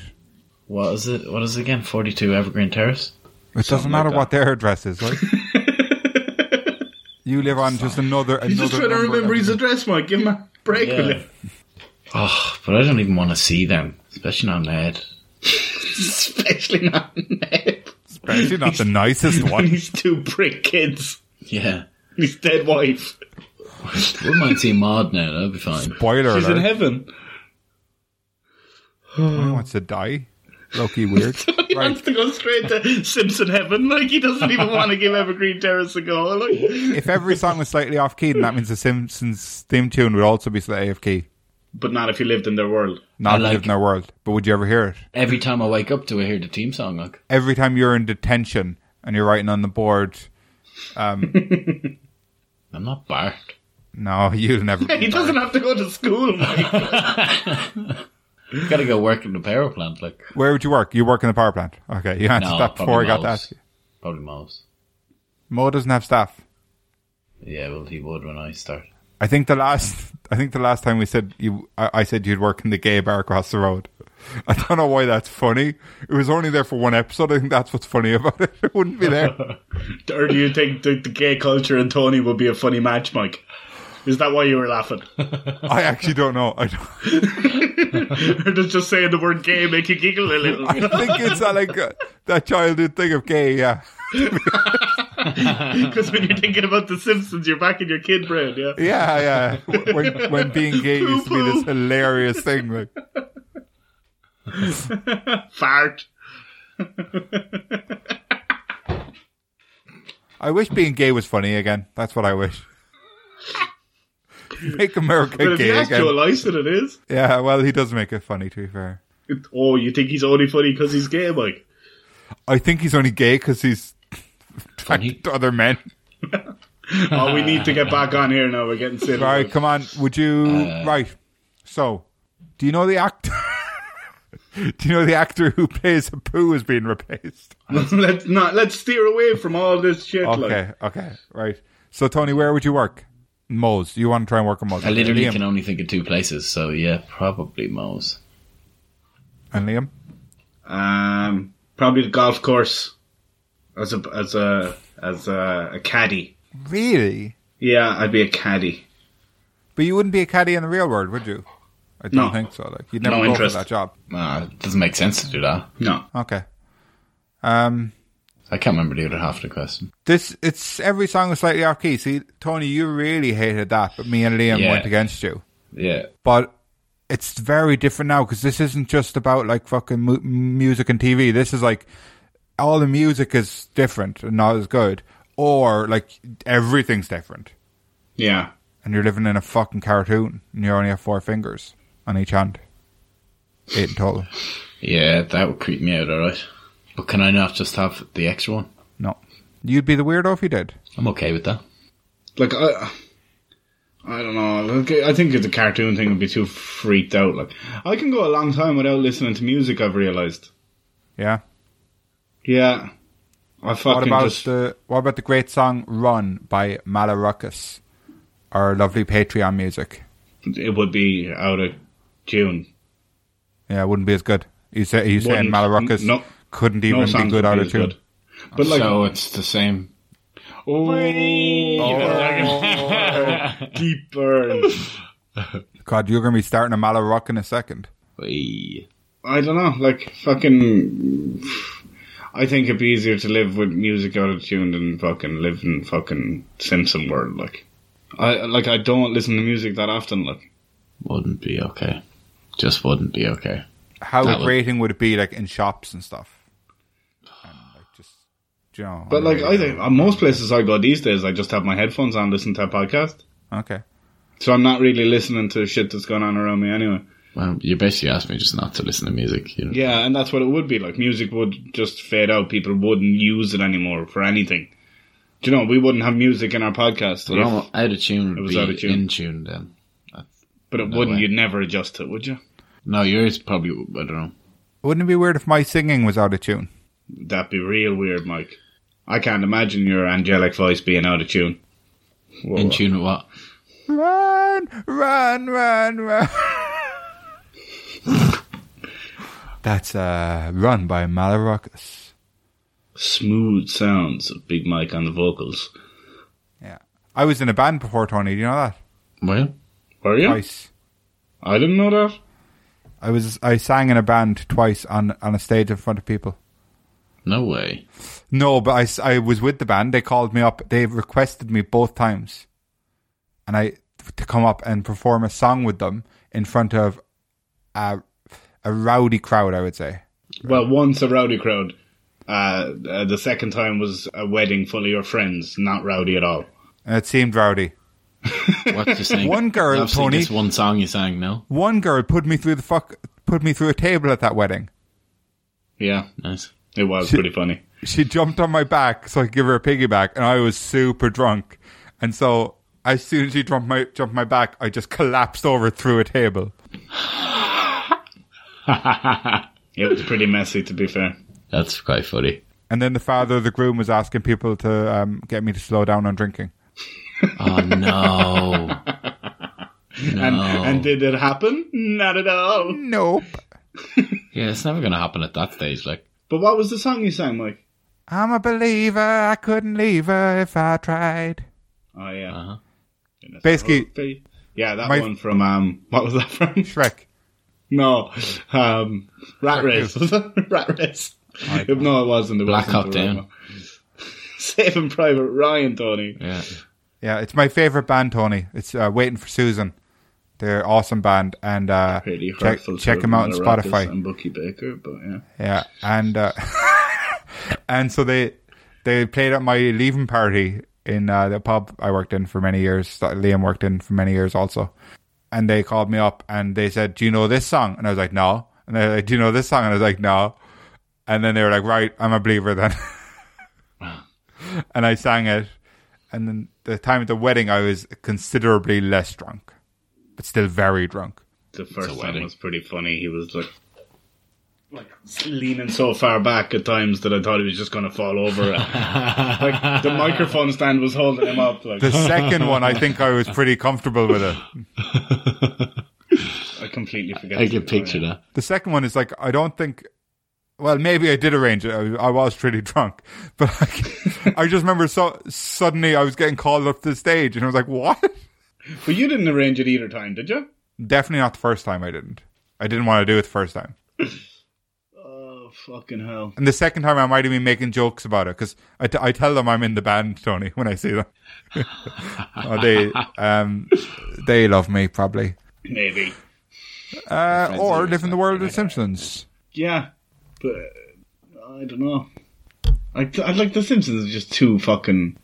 Speaker 3: What is it? What is it again? 42 Evergreen Terrace?
Speaker 2: It doesn't
Speaker 3: Something like
Speaker 2: matter what
Speaker 3: that.
Speaker 2: their address is, right? you live on just another. another
Speaker 4: He's just trying to
Speaker 2: number
Speaker 4: remember his
Speaker 2: of-
Speaker 4: address, Mike. Give him a break with
Speaker 3: Yeah.
Speaker 4: it.
Speaker 3: Oh, but I don't even want to see them, especially not Ned.
Speaker 4: Especially not Ned.
Speaker 2: Especially not the nicest
Speaker 4: And
Speaker 2: one.
Speaker 4: his two brick kids.
Speaker 3: Yeah.
Speaker 4: and His dead wife.
Speaker 3: Wouldn't mind seeing Maud now, that'd be fine.
Speaker 2: Spoiler
Speaker 4: She's in
Speaker 2: alert.
Speaker 4: heaven.
Speaker 2: He wants to die. Loki weird.
Speaker 4: He
Speaker 2: right.
Speaker 4: wants to go straight to Simpson heaven. Like, he doesn't even want to give Evergreen Terrace a go. Like.
Speaker 2: If every song was slightly off key, then that means the Simpsons theme tune would also be slightly off key.
Speaker 4: But not if you lived in their world.
Speaker 2: Not if you
Speaker 3: like-
Speaker 2: lived in our world. But would you ever hear it?
Speaker 3: Every time I wake up, do I hear the team song? Like,
Speaker 2: Every time you're in detention and you're writing on the board,
Speaker 3: I'm not Bart.
Speaker 2: no, you'll never.
Speaker 4: He doesn't have to go to school, Mike.
Speaker 3: Gotta go work in the power plant, like.
Speaker 2: Where would you work? You work in the power plant. Okay, you answered
Speaker 3: No,
Speaker 2: that before I
Speaker 3: probably
Speaker 2: got
Speaker 3: Moe's.
Speaker 2: that.
Speaker 3: Probably Moe's.
Speaker 2: Mo doesn't have staff.
Speaker 3: Yeah, well, he would when I start.
Speaker 2: I think the last I think the last time we said you I, I said you'd work in the gay bar across the road. I don't know why that's funny. It was only there for one episode. I think that's what's funny about it. It wouldn't be there.
Speaker 4: or do you think the, the gay culture and Tony would be a funny match, Mike? Is that why you were laughing?
Speaker 2: I actually don't know. I don't,
Speaker 4: or does just saying the word gay make you giggle a little?
Speaker 2: I think it's that like uh, that childhood thing of gay. Yeah,
Speaker 4: Because when you're thinking about The Simpsons, you're back in your kid brain, yeah?
Speaker 2: yeah, yeah. When when being gay used to be this hilarious thing. Like,
Speaker 4: Fart.
Speaker 2: I wish being gay was funny again. That's what I wish. Make
Speaker 4: But
Speaker 2: America
Speaker 4: if you
Speaker 2: gay
Speaker 4: ask Joe
Speaker 2: again.
Speaker 4: Lyson, it is.
Speaker 2: Yeah, well, he does make it funny. To be fair.
Speaker 4: It- Oh, you think he's only funny because he's gay, Mike?
Speaker 2: I think he's only gay because he's attracted
Speaker 3: Funny.
Speaker 2: to other men.
Speaker 4: Oh, we need to get back on here now. We're getting silly.
Speaker 2: Right, come on. Would you? right. So, do you know the actor? do you know the actor who plays Apu is being replaced?
Speaker 4: let's not. Let's steer away from all this shit.
Speaker 2: Okay,
Speaker 4: Like.
Speaker 2: okay, right. So, Tony, where would you work? Mo's. You want to try and work in Mo's?
Speaker 3: I literally
Speaker 2: Liam.
Speaker 3: can only think of two places, so yeah, probably Moe's.
Speaker 2: and Liam.
Speaker 4: Um, probably the golf course as a as a as a, a caddy.
Speaker 2: Really?
Speaker 4: Yeah, I'd be a caddy.
Speaker 2: But you wouldn't be a caddy in the real world, would you? I don't
Speaker 4: No.
Speaker 2: think so. Like you'd never
Speaker 4: No
Speaker 2: go
Speaker 4: interest.
Speaker 2: for that job.
Speaker 3: Ah, it doesn't make sense to do that.
Speaker 4: No,
Speaker 2: Okay. Um.
Speaker 3: I can't remember the other half of the question.
Speaker 2: This it's every song is slightly off key. See, Tony, you really hated that, but me and Liam
Speaker 3: Yeah.
Speaker 2: went against you.
Speaker 3: Yeah.
Speaker 2: But it's very different now because this isn't just about like fucking mu- music and TV. This is like all the music is different and not as good, or like everything's different,
Speaker 4: yeah,
Speaker 2: and you're living in a fucking cartoon, and you only have four fingers on each hand, eight in total.
Speaker 3: Yeah, that would creep me out, alright. But can I not just have the extra one?
Speaker 2: No, you'd be the weirdo if you did.
Speaker 3: I'm okay with that.
Speaker 4: like I. I don't know. Like, I think the cartoon thing would be too freaked out. Like, I can go a long time without listening to music. I've realized.
Speaker 2: Yeah.
Speaker 4: Yeah, I fucking
Speaker 2: What about
Speaker 4: just.
Speaker 2: the what about the great song "Run" by Malaruckus, our lovely Patreon music?
Speaker 4: it would be out of tune.
Speaker 2: Yeah, it wouldn't be as good. You say you saying
Speaker 4: Wouldn't.
Speaker 2: Malaruckus
Speaker 4: N- no.
Speaker 2: couldn't
Speaker 4: No
Speaker 2: even be
Speaker 4: songs
Speaker 2: good
Speaker 4: would
Speaker 2: out
Speaker 4: be
Speaker 2: of
Speaker 4: as
Speaker 2: tune?
Speaker 4: good. But like,
Speaker 3: so it's the same.
Speaker 4: oh, deep burn.
Speaker 2: God, you're gonna be starting a Malaruck in a second.
Speaker 3: Wee.
Speaker 4: I don't know, like fucking. I think it'd be easier to live with music out of tune than fucking live in fucking Simpson world. Like, I like I don't listen to music that often. Like,
Speaker 3: Wouldn't be okay. Just wouldn't be okay.
Speaker 2: How
Speaker 3: That would-
Speaker 2: grating would it be like in shops and stuff? And like just, you know,
Speaker 4: but
Speaker 2: on
Speaker 4: like
Speaker 2: the
Speaker 4: I think
Speaker 2: radio.
Speaker 4: on most places I go these days, I just have my headphones on, listen to a podcast,
Speaker 2: okay,
Speaker 4: so I'm not really listening to shit that's going on around me anyway.
Speaker 3: Well, you basically asked me just not to listen to music. You know?
Speaker 4: Yeah, and that's what it would be like. Music would just fade out. People wouldn't use it anymore for anything. Do you know, we wouldn't have music in our podcast,
Speaker 3: But
Speaker 4: if-
Speaker 3: almo- out of tune would
Speaker 4: was
Speaker 3: be
Speaker 4: out of tune.
Speaker 3: in tune then.
Speaker 4: but it
Speaker 3: no
Speaker 4: wouldn't.
Speaker 3: way.
Speaker 4: You'd never adjust it, would you?
Speaker 3: No, yours probably, I don't know.
Speaker 2: Wouldn't it be weird if my singing was out of tune?
Speaker 4: That'd be real weird, Mike. I can't imagine your angelic voice being out of tune. Whoa.
Speaker 3: In tune with what?
Speaker 2: Run, run, run, run. That's uh, Run by Malarakis.
Speaker 4: Smooth sounds of Big Mike on the vocals.
Speaker 2: Yeah. I was in a band before, Tony. Do you know that?
Speaker 3: Well,
Speaker 4: Were
Speaker 3: Hmm?
Speaker 4: you?
Speaker 2: Twice.
Speaker 4: I didn't know that.
Speaker 2: I was I sang in a band twice on, on a stage in front of people.
Speaker 3: no way.
Speaker 2: No, but I s- I, was with the band. They called me up. They requested me both times, and I to come up and perform a song with them in front of a a rowdy crowd. I would say.
Speaker 4: Well, once a rowdy crowd. Uh, uh, the second time was a wedding full of your friends, not rowdy at all.
Speaker 2: And it seemed rowdy.
Speaker 3: What's you saying?
Speaker 2: One girl,
Speaker 3: Obviously
Speaker 2: Tony.
Speaker 3: This one song you sang, no?
Speaker 2: One girl put me through the fuck put me through a table at that wedding.
Speaker 4: Yeah,
Speaker 3: Nice.
Speaker 4: it was
Speaker 2: Shit.
Speaker 4: pretty funny.
Speaker 2: She jumped on my back so I could give her a piggyback, and I was super drunk. And so as soon as she jumped my jumped my back, I just collapsed over through a table.
Speaker 4: It was pretty messy, to be fair.
Speaker 3: That's quite funny.
Speaker 2: And then the father of the groom was asking people to um, get me to slow down on drinking.
Speaker 3: Oh, no.
Speaker 4: And, and did it happen? Not at all.
Speaker 2: Nope.
Speaker 3: Yeah, it's never going to happen at that stage. Like,
Speaker 4: But what was the song you sang, Mike?
Speaker 2: I'm a believer. I couldn't leave her if I tried.
Speaker 4: Oh yeah,
Speaker 3: Uh-huh.
Speaker 2: Basically-
Speaker 4: Faith. yeah, that
Speaker 2: My-
Speaker 4: one from um, what was that from?
Speaker 2: Shrek.
Speaker 4: no, um, Rat Race.
Speaker 2: Two.
Speaker 4: Was that Rat Race? no, it wasn't. It
Speaker 3: Black
Speaker 4: wasn't
Speaker 3: Hawk
Speaker 4: the right
Speaker 3: Down.
Speaker 4: one. Saving Private Ryan, Tony.
Speaker 3: yeah.
Speaker 2: Yeah, it's my favorite band, Tony. It's uh, Waiting for Susan. They're awesome band, and uh,
Speaker 4: Pretty
Speaker 2: check
Speaker 4: hurtful.
Speaker 2: check
Speaker 4: to
Speaker 2: them out on
Speaker 4: Matarakis
Speaker 2: Spotify.
Speaker 4: And Bucky Baker, but yeah,
Speaker 2: Yeah, and uh, and so they they played at my leaving party in uh, the pub I worked in for many years. that Liam worked in for many years also, and they called me up and they said, "Do you know this song?" And I was like, "No." And they're like, "Do you know this song?" And I was like, "No." And then they were like, "Right, I'm a believer then." and I sang it, and then the time at the wedding, I was considerably less drunk, but still very drunk.
Speaker 4: the first one
Speaker 3: wedding.
Speaker 4: was pretty funny. He was like. Like leaning so far back at times that I thought he was just going to fall over. like the microphone stand was holding him up. Like
Speaker 2: The second one, I think I was pretty comfortable with it.
Speaker 4: I completely forget.
Speaker 3: I can picture that.
Speaker 2: The second one is like I don't think. Well, maybe I did arrange it. I, I was pretty drunk, but like, I just remember so suddenly I was getting called up to the stage, and I was like, "What?"
Speaker 4: But you didn't arrange it either time, did you?
Speaker 2: Definitely not the first time. I didn't. I didn't want to do it the first time.
Speaker 4: Oh fucking hell!
Speaker 2: And the second time, I might have been making jokes about it because I, t- I tell them I'm in the band, Tony, when I see them. oh, they um, they love me probably,
Speaker 4: Maybe.
Speaker 2: uh,
Speaker 3: friends
Speaker 2: or
Speaker 3: here,
Speaker 2: live in
Speaker 3: so
Speaker 2: the world of Simpsons.
Speaker 4: Yeah, but uh, I don't know. I I like The Simpsons is just too fucking.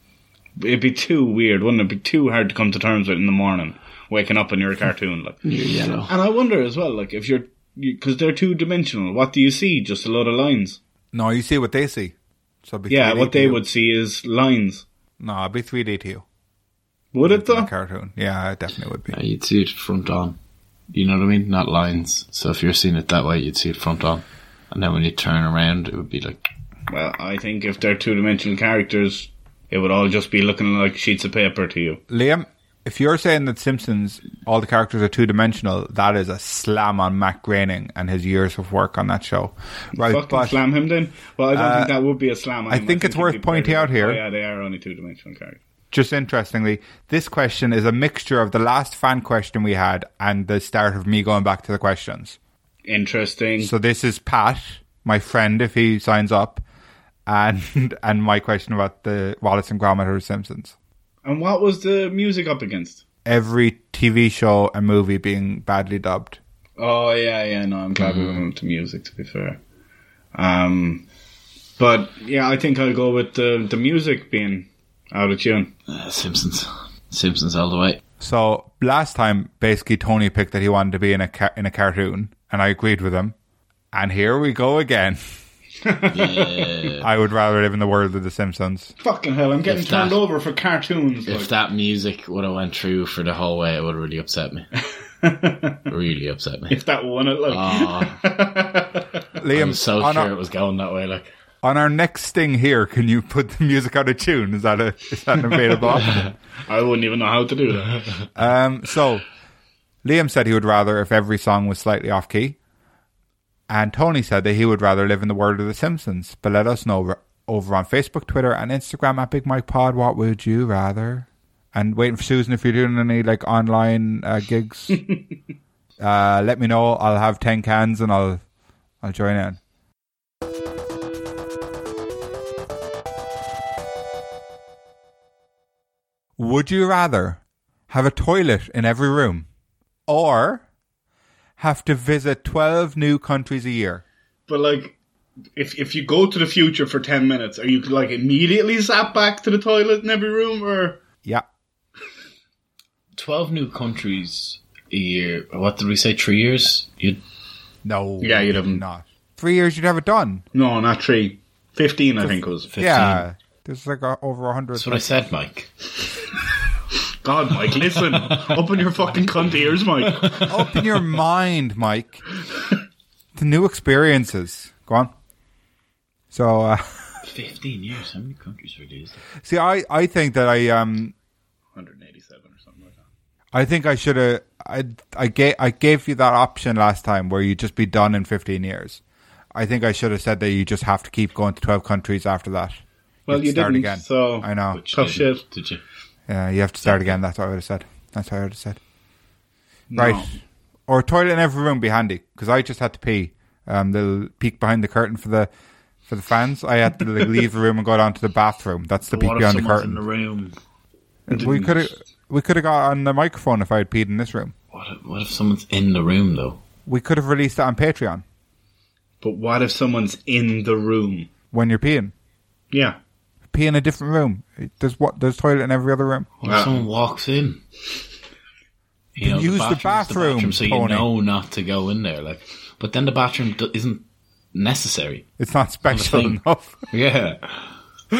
Speaker 4: It'd be too weird, wouldn't it? It'd be too hard to come to terms with in the morning, waking up and you're a cartoon like.
Speaker 3: You're yellow.
Speaker 4: And I wonder as well, like if you're because they're two dimensional. What do you see? Just a lot of lines.
Speaker 2: No, you see what they see. So it'd be
Speaker 4: Yeah,
Speaker 2: 3D
Speaker 4: what
Speaker 2: to
Speaker 4: they
Speaker 2: you.
Speaker 4: would see is lines.
Speaker 2: No, it'd be 3D to you.
Speaker 4: Would it
Speaker 2: A
Speaker 4: though?
Speaker 2: cartoon. Yeah, it definitely would be.
Speaker 3: Yeah, you'd see it front on. You know what I mean? Not lines. So if you're seeing it that way, you'd see it front on. And then when you turn around, it would be like,
Speaker 4: Well, I think if they're two dimensional characters, it would all just be looking like sheets of paper to you.
Speaker 2: Liam, if you're saying that Simpsons, all the characters are two dimensional, that is a slam on Matt Groening and his years of work on that show. Right,
Speaker 4: Fucking
Speaker 2: but
Speaker 4: slam him then. Well, I don't think that would be a slam. on
Speaker 2: I
Speaker 4: him.
Speaker 2: think it's
Speaker 4: it'd
Speaker 2: worth
Speaker 4: be
Speaker 2: pointing
Speaker 4: better.
Speaker 2: out here-
Speaker 4: Oh, yeah, they are only two dimensional characters.
Speaker 2: just interestingly, this question is a mixture of the last fan question we had and the start of me going back to the questions.
Speaker 4: Interesting.
Speaker 2: So this is Pat, my friend, if he signs up, and and my question about the Wallace and Gromit or Simpsons.
Speaker 4: and what was the music up against?
Speaker 2: Every TV show and movie being badly dubbed.
Speaker 4: Oh yeah, yeah. No, I'm glad we went to music. To be fair, um, but yeah, I think I'll go with the the music being out of tune.
Speaker 3: uh, Simpsons. Simpsons all the way.
Speaker 2: So last time, basically, Tony picked that he wanted to be in a ca- in a cartoon, and I agreed with him. And here we go again. I would rather live in the world of The Simpsons.
Speaker 4: Fucking hell, I'm getting
Speaker 7: If that-
Speaker 4: turned over for cartoons.
Speaker 7: If
Speaker 4: like.
Speaker 7: that music would have went through for the whole way, it would have really upset me. really upset me.
Speaker 4: if that won it, like
Speaker 7: Oh,
Speaker 2: Liam,
Speaker 7: I'm so
Speaker 2: on,
Speaker 7: sure
Speaker 2: our,
Speaker 7: it was going that way. Like,
Speaker 2: on our next thing here, can you put the music out of tune? Is that a is that an available option?
Speaker 4: I wouldn't even know how to do that.
Speaker 2: Um, so Liam said he would rather if every song was slightly off key, and Tony said that he would rather live in the world of The Simpsons. But let us know r- over on Facebook, Twitter, and Instagram at Big Mike Pod. What would you rather? And waiting for Susan if you're doing any like online uh, gigs. uh, let me know. I'll have ten cans and I'll I'll join in. Would you rather have a toilet in every room or have to visit 12 new countries a year?
Speaker 4: But like, if if you go to the future for ten minutes, are you like immediately zapped back to the toilet in every room, or
Speaker 2: Yeah.
Speaker 7: 12 new countries a year. What did we say? Three years? You'd
Speaker 2: No.
Speaker 4: Yeah, you'd have-
Speaker 2: not. Three years you'd have it done.
Speaker 4: no, not three. Fifteen, I think it was.
Speaker 7: 15.
Speaker 2: Yeah. There's like a, over 100.
Speaker 7: That's what I said, Mike.
Speaker 4: God, Mike, listen, open your fucking cunt ears, Mike.
Speaker 2: Open your mind, Mike, to new experiences. Go on. So, uh,
Speaker 7: 15 years? How many countries were these?
Speaker 2: see, I, I think that I, um,
Speaker 4: Hundred eighty-seven or something like that.
Speaker 2: I think I should have. I I gave I gave you that option last time where you just be done in fifteen years. I think I should have said that you just have to keep going to twelve countries after that.
Speaker 4: Well,
Speaker 2: have
Speaker 4: you
Speaker 2: to start
Speaker 4: didn't,
Speaker 2: again.
Speaker 4: so-
Speaker 2: I know.
Speaker 7: Which
Speaker 4: Tough
Speaker 7: didn't,
Speaker 4: Oh, shit.
Speaker 7: Did you?
Speaker 2: Yeah, you have to start again. That's what I would have said. That's what I would have said.
Speaker 4: No.
Speaker 2: Right, or a toilet in every room be handy because I just had to pee. Um, the peek behind the curtain for the for the fans. I had to like, leave the room and go down to the bathroom. That's the peek
Speaker 7: What if
Speaker 2: behind the
Speaker 7: someone's in the
Speaker 2: curtain.
Speaker 7: room?
Speaker 2: we could have we could have got on the microphone if I had peed in this room.
Speaker 7: What if, what if someone's in the room, though?
Speaker 2: We could have released that on Patreon
Speaker 4: But what if someone's in the room?
Speaker 2: when you're peeing.
Speaker 4: Yeah.
Speaker 2: pee in a different room. There's what there's toilet in every other room.
Speaker 7: What if
Speaker 4: Yeah.
Speaker 7: someone walks in? You
Speaker 2: Use the
Speaker 7: bathroom's
Speaker 2: bathroom,
Speaker 7: so
Speaker 2: Tony.
Speaker 7: you know not to go in there. Like, but then the bathroom do- isn't necessary.
Speaker 2: It's not special
Speaker 7: thing.
Speaker 2: enough.
Speaker 7: Yeah.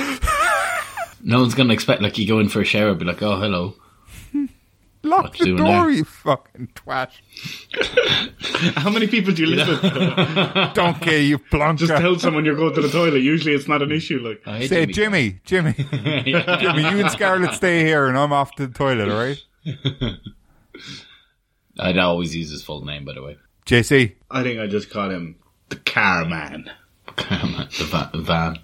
Speaker 7: no one's gonna expect like you go in for a shower, and be like, oh hello,
Speaker 2: Lock
Speaker 7: What
Speaker 2: the
Speaker 7: you
Speaker 2: door,
Speaker 7: doing there?
Speaker 2: you fucking twat.
Speaker 4: How many people do you live with?
Speaker 2: Don't care, you
Speaker 4: Just
Speaker 2: plonker.
Speaker 4: tell someone you're going to the toilet. Usually, it's not an issue. Like,
Speaker 7: Oh, hey,
Speaker 2: Say, Jimmy, Jimmy, Jimmy, you and Scarlett stay here, and I'm off to the toilet. All right,
Speaker 7: I'd always use his full name, by the way.
Speaker 2: JC.
Speaker 4: I think I just called him the car man.
Speaker 7: the va- van.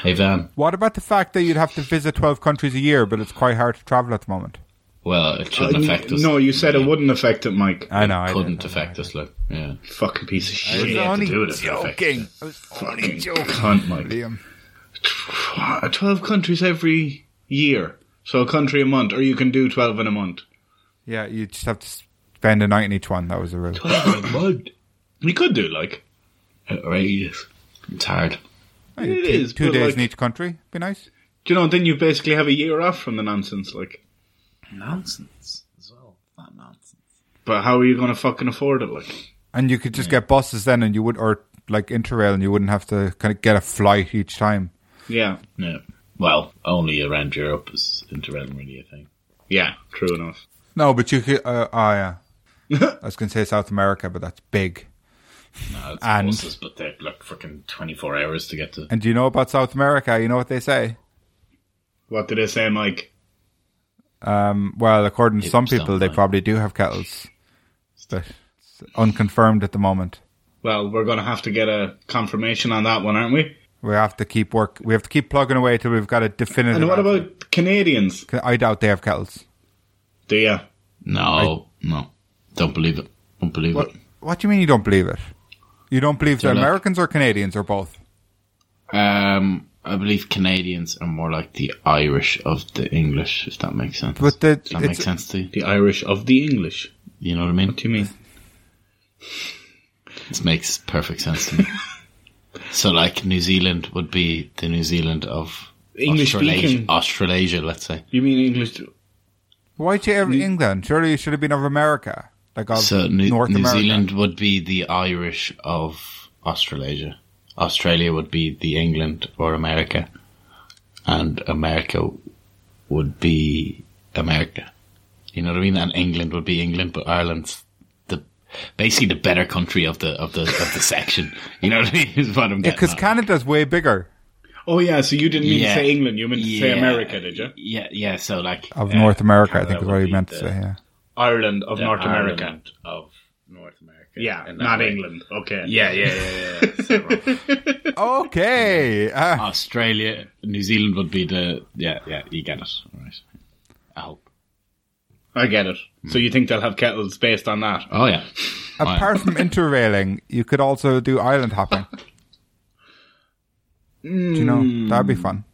Speaker 7: Hey van.
Speaker 2: What about the fact that you'd have to visit 12 countries a year, but it's quite hard to travel at the moment?
Speaker 7: Well, it shouldn't affect us.
Speaker 4: Uh, no, you said it wouldn't affect it, Mike.
Speaker 2: I know. I
Speaker 7: couldn't affect us. Like, yeah.
Speaker 4: Fucking piece of
Speaker 2: I
Speaker 4: shit.
Speaker 2: was
Speaker 4: You have to
Speaker 2: only
Speaker 4: do it if it affects
Speaker 2: joking. I was only
Speaker 4: Fucking
Speaker 2: joking.
Speaker 4: cunt, Mike.
Speaker 2: Liam.
Speaker 4: Tw- Twelve countries every year, so a country a month, or you can do twelve in a month.
Speaker 2: Yeah, you just have to spend a night in each one. That was a rule.
Speaker 4: We could do like
Speaker 7: Uh, Outrageous. It's hard.
Speaker 2: Hey,
Speaker 4: It
Speaker 2: two-
Speaker 4: is,
Speaker 2: Oh, two
Speaker 4: but
Speaker 2: days
Speaker 4: like-
Speaker 2: in each country. Be nice.
Speaker 4: do you know? Then you basically have a year off from the nonsense. Like,
Speaker 7: Nonsense as well. Not nonsense.
Speaker 4: but how are you going to fucking afford it? Like,
Speaker 2: And you could just get buses then, and you would, or like Interrail, and you wouldn't have to kind of get a flight each time.
Speaker 4: yeah,
Speaker 7: No. Well, only around Europe is interrelevant, really, I think.
Speaker 4: yeah, true enough.
Speaker 2: No, but you could. Uh, oh yeah, I was going to say South America, but that's big.
Speaker 7: No, it's
Speaker 2: And-
Speaker 7: buses, but they're like fucking 24 hours to get to.
Speaker 2: And do you know about South America? You know what they say?
Speaker 4: What did I say, Mike?
Speaker 2: Um, well, according to
Speaker 7: It
Speaker 2: some
Speaker 7: was done
Speaker 2: people, they
Speaker 7: by-
Speaker 2: probably do have kettles, but it's unconfirmed at the moment.
Speaker 4: Well, we're going to have to get a confirmation on that one, aren't we?
Speaker 2: We have to keep work. We have to keep plugging away till we've got a definitive.
Speaker 4: And what
Speaker 2: answer.
Speaker 4: about Canadians?
Speaker 2: I doubt they have kettles.
Speaker 4: Do you?
Speaker 7: No, no. Don't believe it. Don't believe
Speaker 2: What?
Speaker 7: it.
Speaker 2: What do you mean you don't believe it? You don't believe the
Speaker 7: They're not-
Speaker 2: Americans or Canadians or both?
Speaker 7: Um, I believe Canadians are more like the Irish of the English, if that makes sense.
Speaker 2: But the-
Speaker 7: Does that
Speaker 2: it's-
Speaker 7: make sense to you?
Speaker 4: The Irish of the English.
Speaker 7: You know what I mean?
Speaker 4: What do you mean?
Speaker 7: This makes perfect sense to me. so, like, New Zealand would be the New Zealand of
Speaker 4: English
Speaker 7: Australasia,
Speaker 4: speaking.
Speaker 7: Australasia, let's say.
Speaker 4: You mean English?
Speaker 2: Why'd you ever England? Surely you should have been of America. Like of
Speaker 7: So New,
Speaker 2: North
Speaker 7: New
Speaker 2: America.
Speaker 7: Zealand would be the Irish of Australasia. Australia would be the England or America, and America would be America. You know what I mean? And England would be England, but Ireland's the basically the better country of the of the of the section. You know what I mean? Is what I'm
Speaker 2: Yeah,
Speaker 7: getting
Speaker 2: because
Speaker 7: at.
Speaker 2: Canada's way bigger
Speaker 4: Oh yeah, so you didn't mean
Speaker 7: Yeah.
Speaker 4: to say England, you meant to say
Speaker 7: Yeah.
Speaker 4: America, did you?
Speaker 7: Yeah, yeah. So like
Speaker 2: of
Speaker 7: uh,
Speaker 2: North America. I think is
Speaker 7: Canada
Speaker 2: what
Speaker 7: would
Speaker 2: you
Speaker 7: be
Speaker 2: meant to
Speaker 7: the-
Speaker 2: say. Yeah.
Speaker 4: Ireland of
Speaker 7: the
Speaker 4: North America.
Speaker 7: Ireland of North America.
Speaker 4: Yeah,
Speaker 7: in that
Speaker 4: not
Speaker 7: way.
Speaker 4: England. Okay.
Speaker 7: Yeah, yeah, yeah, yeah. So, right.
Speaker 2: Okay. Uh,
Speaker 7: Australia, New Zealand would be the yeah yeah you get it All right. I hope.
Speaker 4: I get it. So you think they'll have kettles based on that?
Speaker 7: Oh yeah.
Speaker 2: apart from interrailing, you could also do island hopping. Do you
Speaker 7: Hmm.
Speaker 2: know that'd be fun?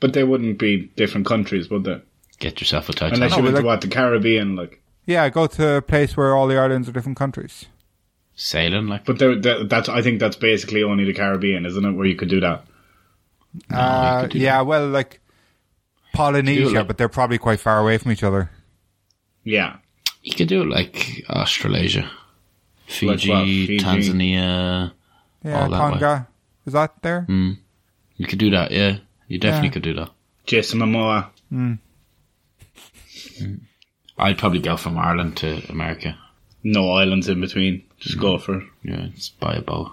Speaker 4: But they wouldn't be different countries, would they?
Speaker 7: Get yourself a Titanic.
Speaker 4: Unless you
Speaker 2: but
Speaker 4: went
Speaker 2: like-
Speaker 4: to what the Caribbean, like.
Speaker 2: Yeah, go to a place where all the islands are different countries.
Speaker 7: Sailing like
Speaker 4: But they're, that- that's I think that's basically only the Caribbean, isn't it? Where you could do that.
Speaker 2: Uh,
Speaker 7: Ah, could do
Speaker 2: yeah, well, like
Speaker 7: Could do it,
Speaker 2: Polynesia,
Speaker 7: like-
Speaker 2: but they're probably quite far away from each other.
Speaker 4: Yeah.
Speaker 7: you could do it like Australasia, Fiji,
Speaker 4: Like what, Fiji?
Speaker 7: Tanzania.
Speaker 2: Yeah,
Speaker 7: All that way.
Speaker 2: Tonga. Is that there?
Speaker 7: You could do that. Yeah, you definitely
Speaker 2: Yeah.
Speaker 7: could do that.
Speaker 4: Jason Momoa.
Speaker 7: I'd probably go from Ireland to America.
Speaker 4: No islands in between. Just go for it.
Speaker 7: Yeah, just buy a bow,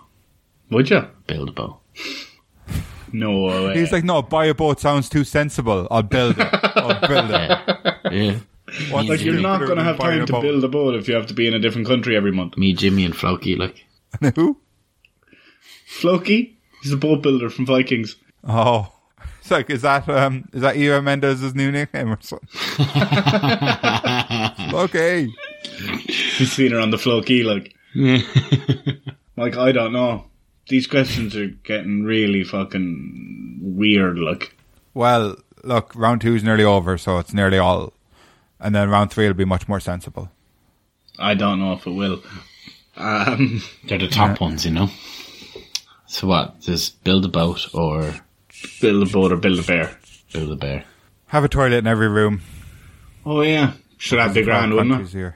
Speaker 4: Would you?
Speaker 7: build a bow.
Speaker 4: No way.
Speaker 2: He's like, no, buy a boat sounds too sensible. I'll build it. I'll build it.
Speaker 7: Yeah.
Speaker 2: What-
Speaker 7: Me,
Speaker 4: Like, you're
Speaker 7: Jimmy,
Speaker 4: not going to have
Speaker 2: Buying a
Speaker 4: time to
Speaker 2: boat.
Speaker 4: build a boat if you have to be in a different country every month.
Speaker 7: me, Jimmy, and Floki. Like
Speaker 2: Who?
Speaker 4: Floki, he's a boat builder from Vikings.
Speaker 2: Oh, it's like is that um is that Eva Mendez's new nickname or something? okay,
Speaker 4: He's seen her on the Floki, like. like, I don't know. These questions are getting really fucking weird, like.
Speaker 2: well, look, round two's nearly over, so it's nearly all, and then round three will be much more sensible.
Speaker 4: I don't know if it will. Um,
Speaker 7: they're the top ones, you know. So what? Just build a boat or
Speaker 4: build a boat or build a bear.
Speaker 7: build a bear.
Speaker 2: Have a toilet in every room.
Speaker 4: Oh, yeah. Sure, that'd be grand,
Speaker 2: Twelve
Speaker 4: wouldn't it?
Speaker 2: countries here.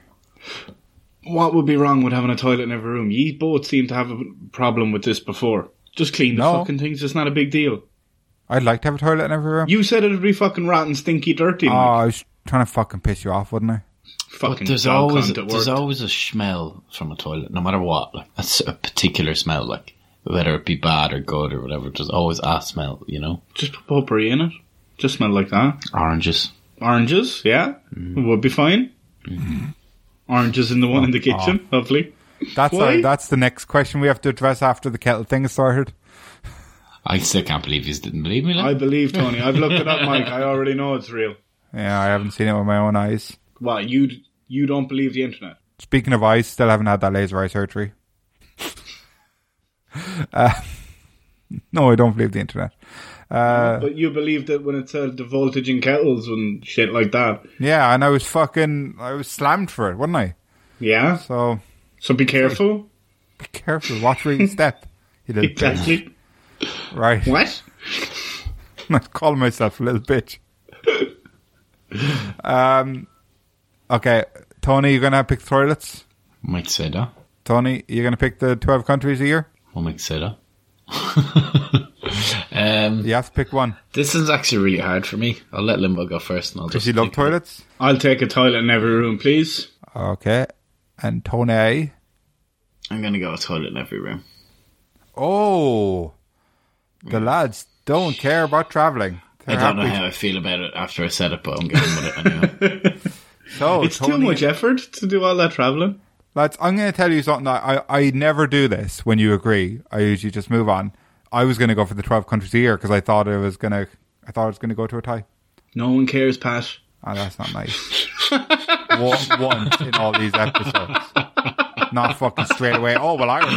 Speaker 4: What would be wrong with having a toilet in every room? Ye both seem to have a problem with this before. Just clean the
Speaker 2: No.
Speaker 4: fucking things. It's not a big deal.
Speaker 2: I'd like to have a toilet in every room.
Speaker 4: You said it'd be fucking rotten, stinky, dirty.
Speaker 2: oh,
Speaker 4: Mike.
Speaker 2: I was trying to fucking piss you off, wouldn't I?
Speaker 4: fucking
Speaker 7: Ah, But there's
Speaker 4: dog
Speaker 7: always
Speaker 4: cunt at
Speaker 7: there's
Speaker 4: work.
Speaker 7: always a smell from a toilet, no matter what. Like that's a particular smell, like whether it be bad or good or whatever. There's always a smell, you know.
Speaker 4: Just put potpourri in it. Just smell like that.
Speaker 7: Oranges.
Speaker 4: Oranges, yeah,
Speaker 2: Mm-hmm.
Speaker 4: would be fine. Oranges in the one in
Speaker 2: Ah.
Speaker 4: the kitchen, lovely.
Speaker 2: That's
Speaker 4: Why?
Speaker 2: our, that's the next question we have to address after the kettle thing is sorted.
Speaker 7: I still can't believe you didn't believe me.
Speaker 4: I
Speaker 7: Like.
Speaker 4: believe Tony. I've looked it up, Mike. I already know it's real.
Speaker 2: Yeah, I haven't seen it with my own eyes.
Speaker 4: What you you don't believe the internet?
Speaker 2: Speaking of eyes, still haven't had that laser eye surgery. uh, no, I don't believe the internet. Uh.
Speaker 4: but you believed it when it said the voltage in kettles and shit like that.
Speaker 2: Yeah, and I was fucking, I was slammed for it, wasn't I?
Speaker 4: Yeah.
Speaker 2: So
Speaker 4: So be careful.
Speaker 2: be careful, watch where you step. You little bitch.
Speaker 4: Exactly.
Speaker 2: Right,
Speaker 4: what?
Speaker 2: I call myself a little bitch. um, okay, Tony, you're gonna pick toilets.
Speaker 7: might say that.
Speaker 2: Tony, you're gonna pick the twelve countries a year.
Speaker 7: I might say that. um,
Speaker 2: You have to pick one.
Speaker 7: this is actually really hard for me. I'll let Limbo go first, and I'll
Speaker 2: Does
Speaker 7: just.
Speaker 2: he love
Speaker 7: think about it.
Speaker 2: toilets?
Speaker 4: I'll take a toilet in every room, please.
Speaker 2: Okay, and Tony.
Speaker 7: I'm gonna go a toilet in every room.
Speaker 2: Oh, the lads don't care about traveling. They're
Speaker 7: I don't know
Speaker 2: happy.
Speaker 7: how I feel about it after I said it, but I'm going with it anyway.
Speaker 2: So
Speaker 4: It's too
Speaker 2: Oh, Tony-
Speaker 4: much e- effort to do all that traveling.
Speaker 2: Lads, I'm going to tell you something. That I I never do this. When you agree, I usually just move on. I was going to go for the twelve countries a year because I thought it was going to. I thought it was going to go to a tie.
Speaker 4: No one cares, Pat.
Speaker 2: Oh, that's not nice. Wa- Once in all these episodes, not fucking straight away. Oh well, I would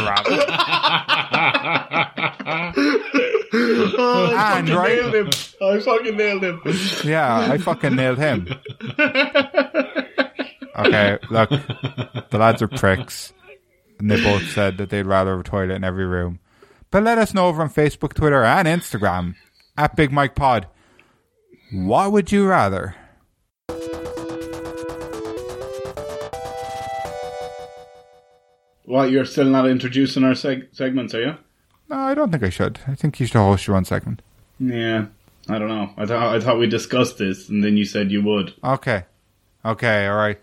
Speaker 2: rather. and right,
Speaker 4: him. I fucking nailed him.
Speaker 2: Yeah, I fucking nailed him. okay, look, the lads are pricks, and they both said that they'd rather have a toilet in every room. But let us know over on Facebook, Twitter, and Instagram at Big Mike Pod. What would you rather?
Speaker 4: What, you're still not introducing our seg- segments, are you?
Speaker 2: No, I don't think I should. I think you should host your own segment.
Speaker 4: Yeah. I don't know. I thought I thought we discussed this, and then you said you would.
Speaker 2: Okay. Okay, all right.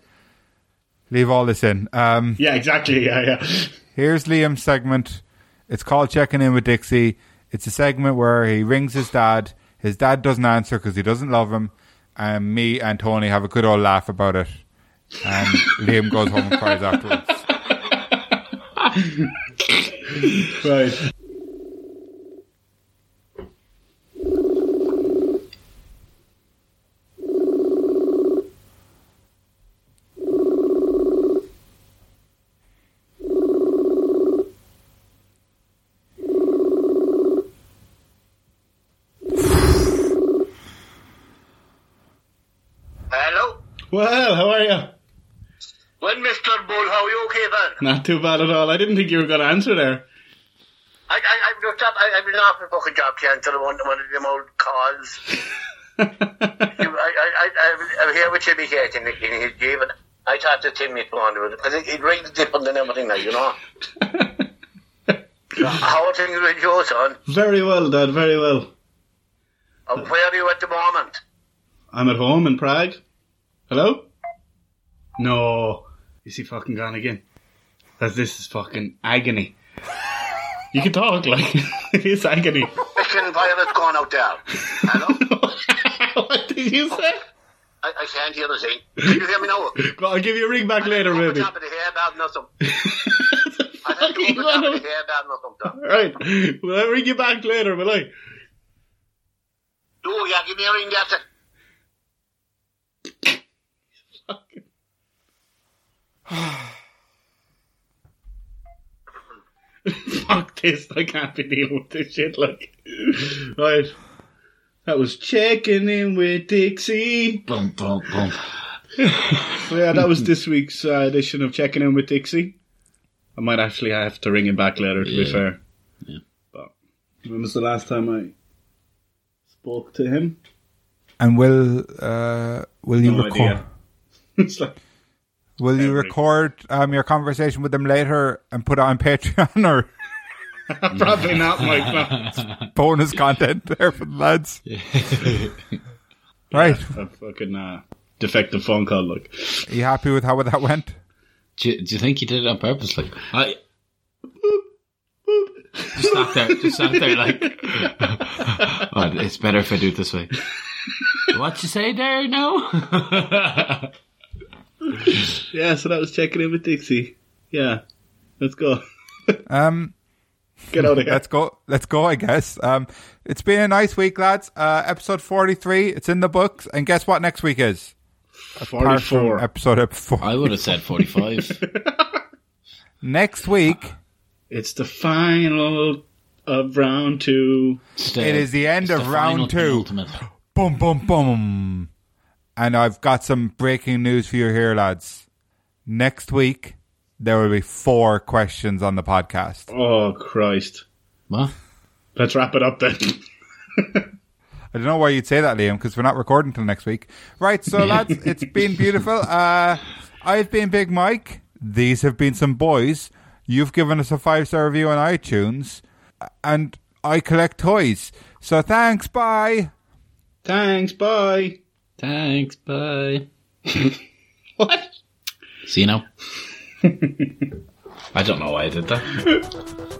Speaker 2: Leave all this in. Um,
Speaker 4: Yeah, exactly. Yeah, yeah.
Speaker 2: here's Liam's segment. It's called Checking In with Dixie. It's a segment where he rings his dad. His dad doesn't answer because he doesn't love him. And me and Tony have a good old laugh about it. And Liam goes home and cries afterwards.
Speaker 4: Right.
Speaker 8: Hello?
Speaker 4: Well, how are you?
Speaker 8: Well, Mr. Bull, how are you okay then?
Speaker 4: Not too bad at all. I didn't think you were going to answer there.
Speaker 8: I, I, I've no job, I, I've been off my fucking job to answer one, one of them old calls. I, I, I, I'm- I'm here with Timmy Kate in, in his game and I talked to Timmy at one of it. I think it rings different than everything now, you know? how are things with you, son?
Speaker 4: very well, Dad. Very well.
Speaker 8: And where are you at the moment?
Speaker 4: I'm at home in Prague. Hello? No. Is he fucking gone again? That's, this is fucking agony. You can talk, like, it is agony.
Speaker 8: Mission Violet's gone out there. Hello?
Speaker 4: what did you say?
Speaker 8: I, I can't hear the thing. Can you hear me now?
Speaker 4: Go, I'll give you a ring back later,
Speaker 8: Over
Speaker 4: baby.
Speaker 8: top of the hair, about nothing. I have to
Speaker 4: Fucking
Speaker 8: go over top
Speaker 4: one
Speaker 8: of
Speaker 4: of-
Speaker 8: the hair, about nothing. son.
Speaker 4: Right. Well, I'll ring you back later, will I?
Speaker 8: Oh, yeah, give me a ring after.
Speaker 4: Fuck this. I can't be dealing with this shit, like. Right. That was checking in with Dixie.
Speaker 3: Boom, boom, boom.
Speaker 4: So yeah, that was this week's uh, edition of Checking In with Dixie. I might actually have to ring him back later, to be
Speaker 3: Yeah.
Speaker 4: fair. But when was the last time I spoke to him?
Speaker 2: And will uh, will you
Speaker 4: No
Speaker 2: record?
Speaker 4: idea. it's like,
Speaker 2: Will you
Speaker 4: Every-
Speaker 2: record um, your conversation with them later and put it on Patreon or
Speaker 4: probably not Mike. no.
Speaker 2: bonus content there for the lads? right.
Speaker 4: A fucking uh, defective phone call, like.
Speaker 2: Are you happy with how that went?
Speaker 3: Do you, do you think he did it on purpose? Like, I. Just sat there, just sat there, like. oh, it's better if I do it this way. What you say there now?
Speaker 4: Yeah, so that was Checking In with Dixie. Yeah. Let's go.
Speaker 2: Um,
Speaker 4: Get out of here.
Speaker 2: let's go. Let's go. I guess. Um, it's been a nice week, lads. Uh, episode forty-three. It's in the books. And guess what? Next week is Apart from
Speaker 4: 44.
Speaker 2: Episode ep- four.
Speaker 3: I would have said 45.
Speaker 2: Next week
Speaker 3: Uh,
Speaker 4: It's the final of round two.
Speaker 3: Still,
Speaker 2: It is the end
Speaker 3: it's
Speaker 2: of round
Speaker 3: final
Speaker 2: two.
Speaker 3: penultimate.
Speaker 2: Boom, boom, boom. And I've got some breaking news for you here, lads. Next week, there will be four questions on the podcast.
Speaker 4: Oh, Christ.
Speaker 3: What?
Speaker 4: Let's wrap it up then.
Speaker 2: I don't know why you'd say that, Liam, because we're not recording till next week. Right, so lads, it's been beautiful. Uh, I've been Big Mike. These have been some boys. You've given us a five star review on iTunes. uh, And I collect toys. So thanks, bye.
Speaker 4: Thanks, bye.
Speaker 3: Thanks, bye. what? See you now. I don't know why I did that.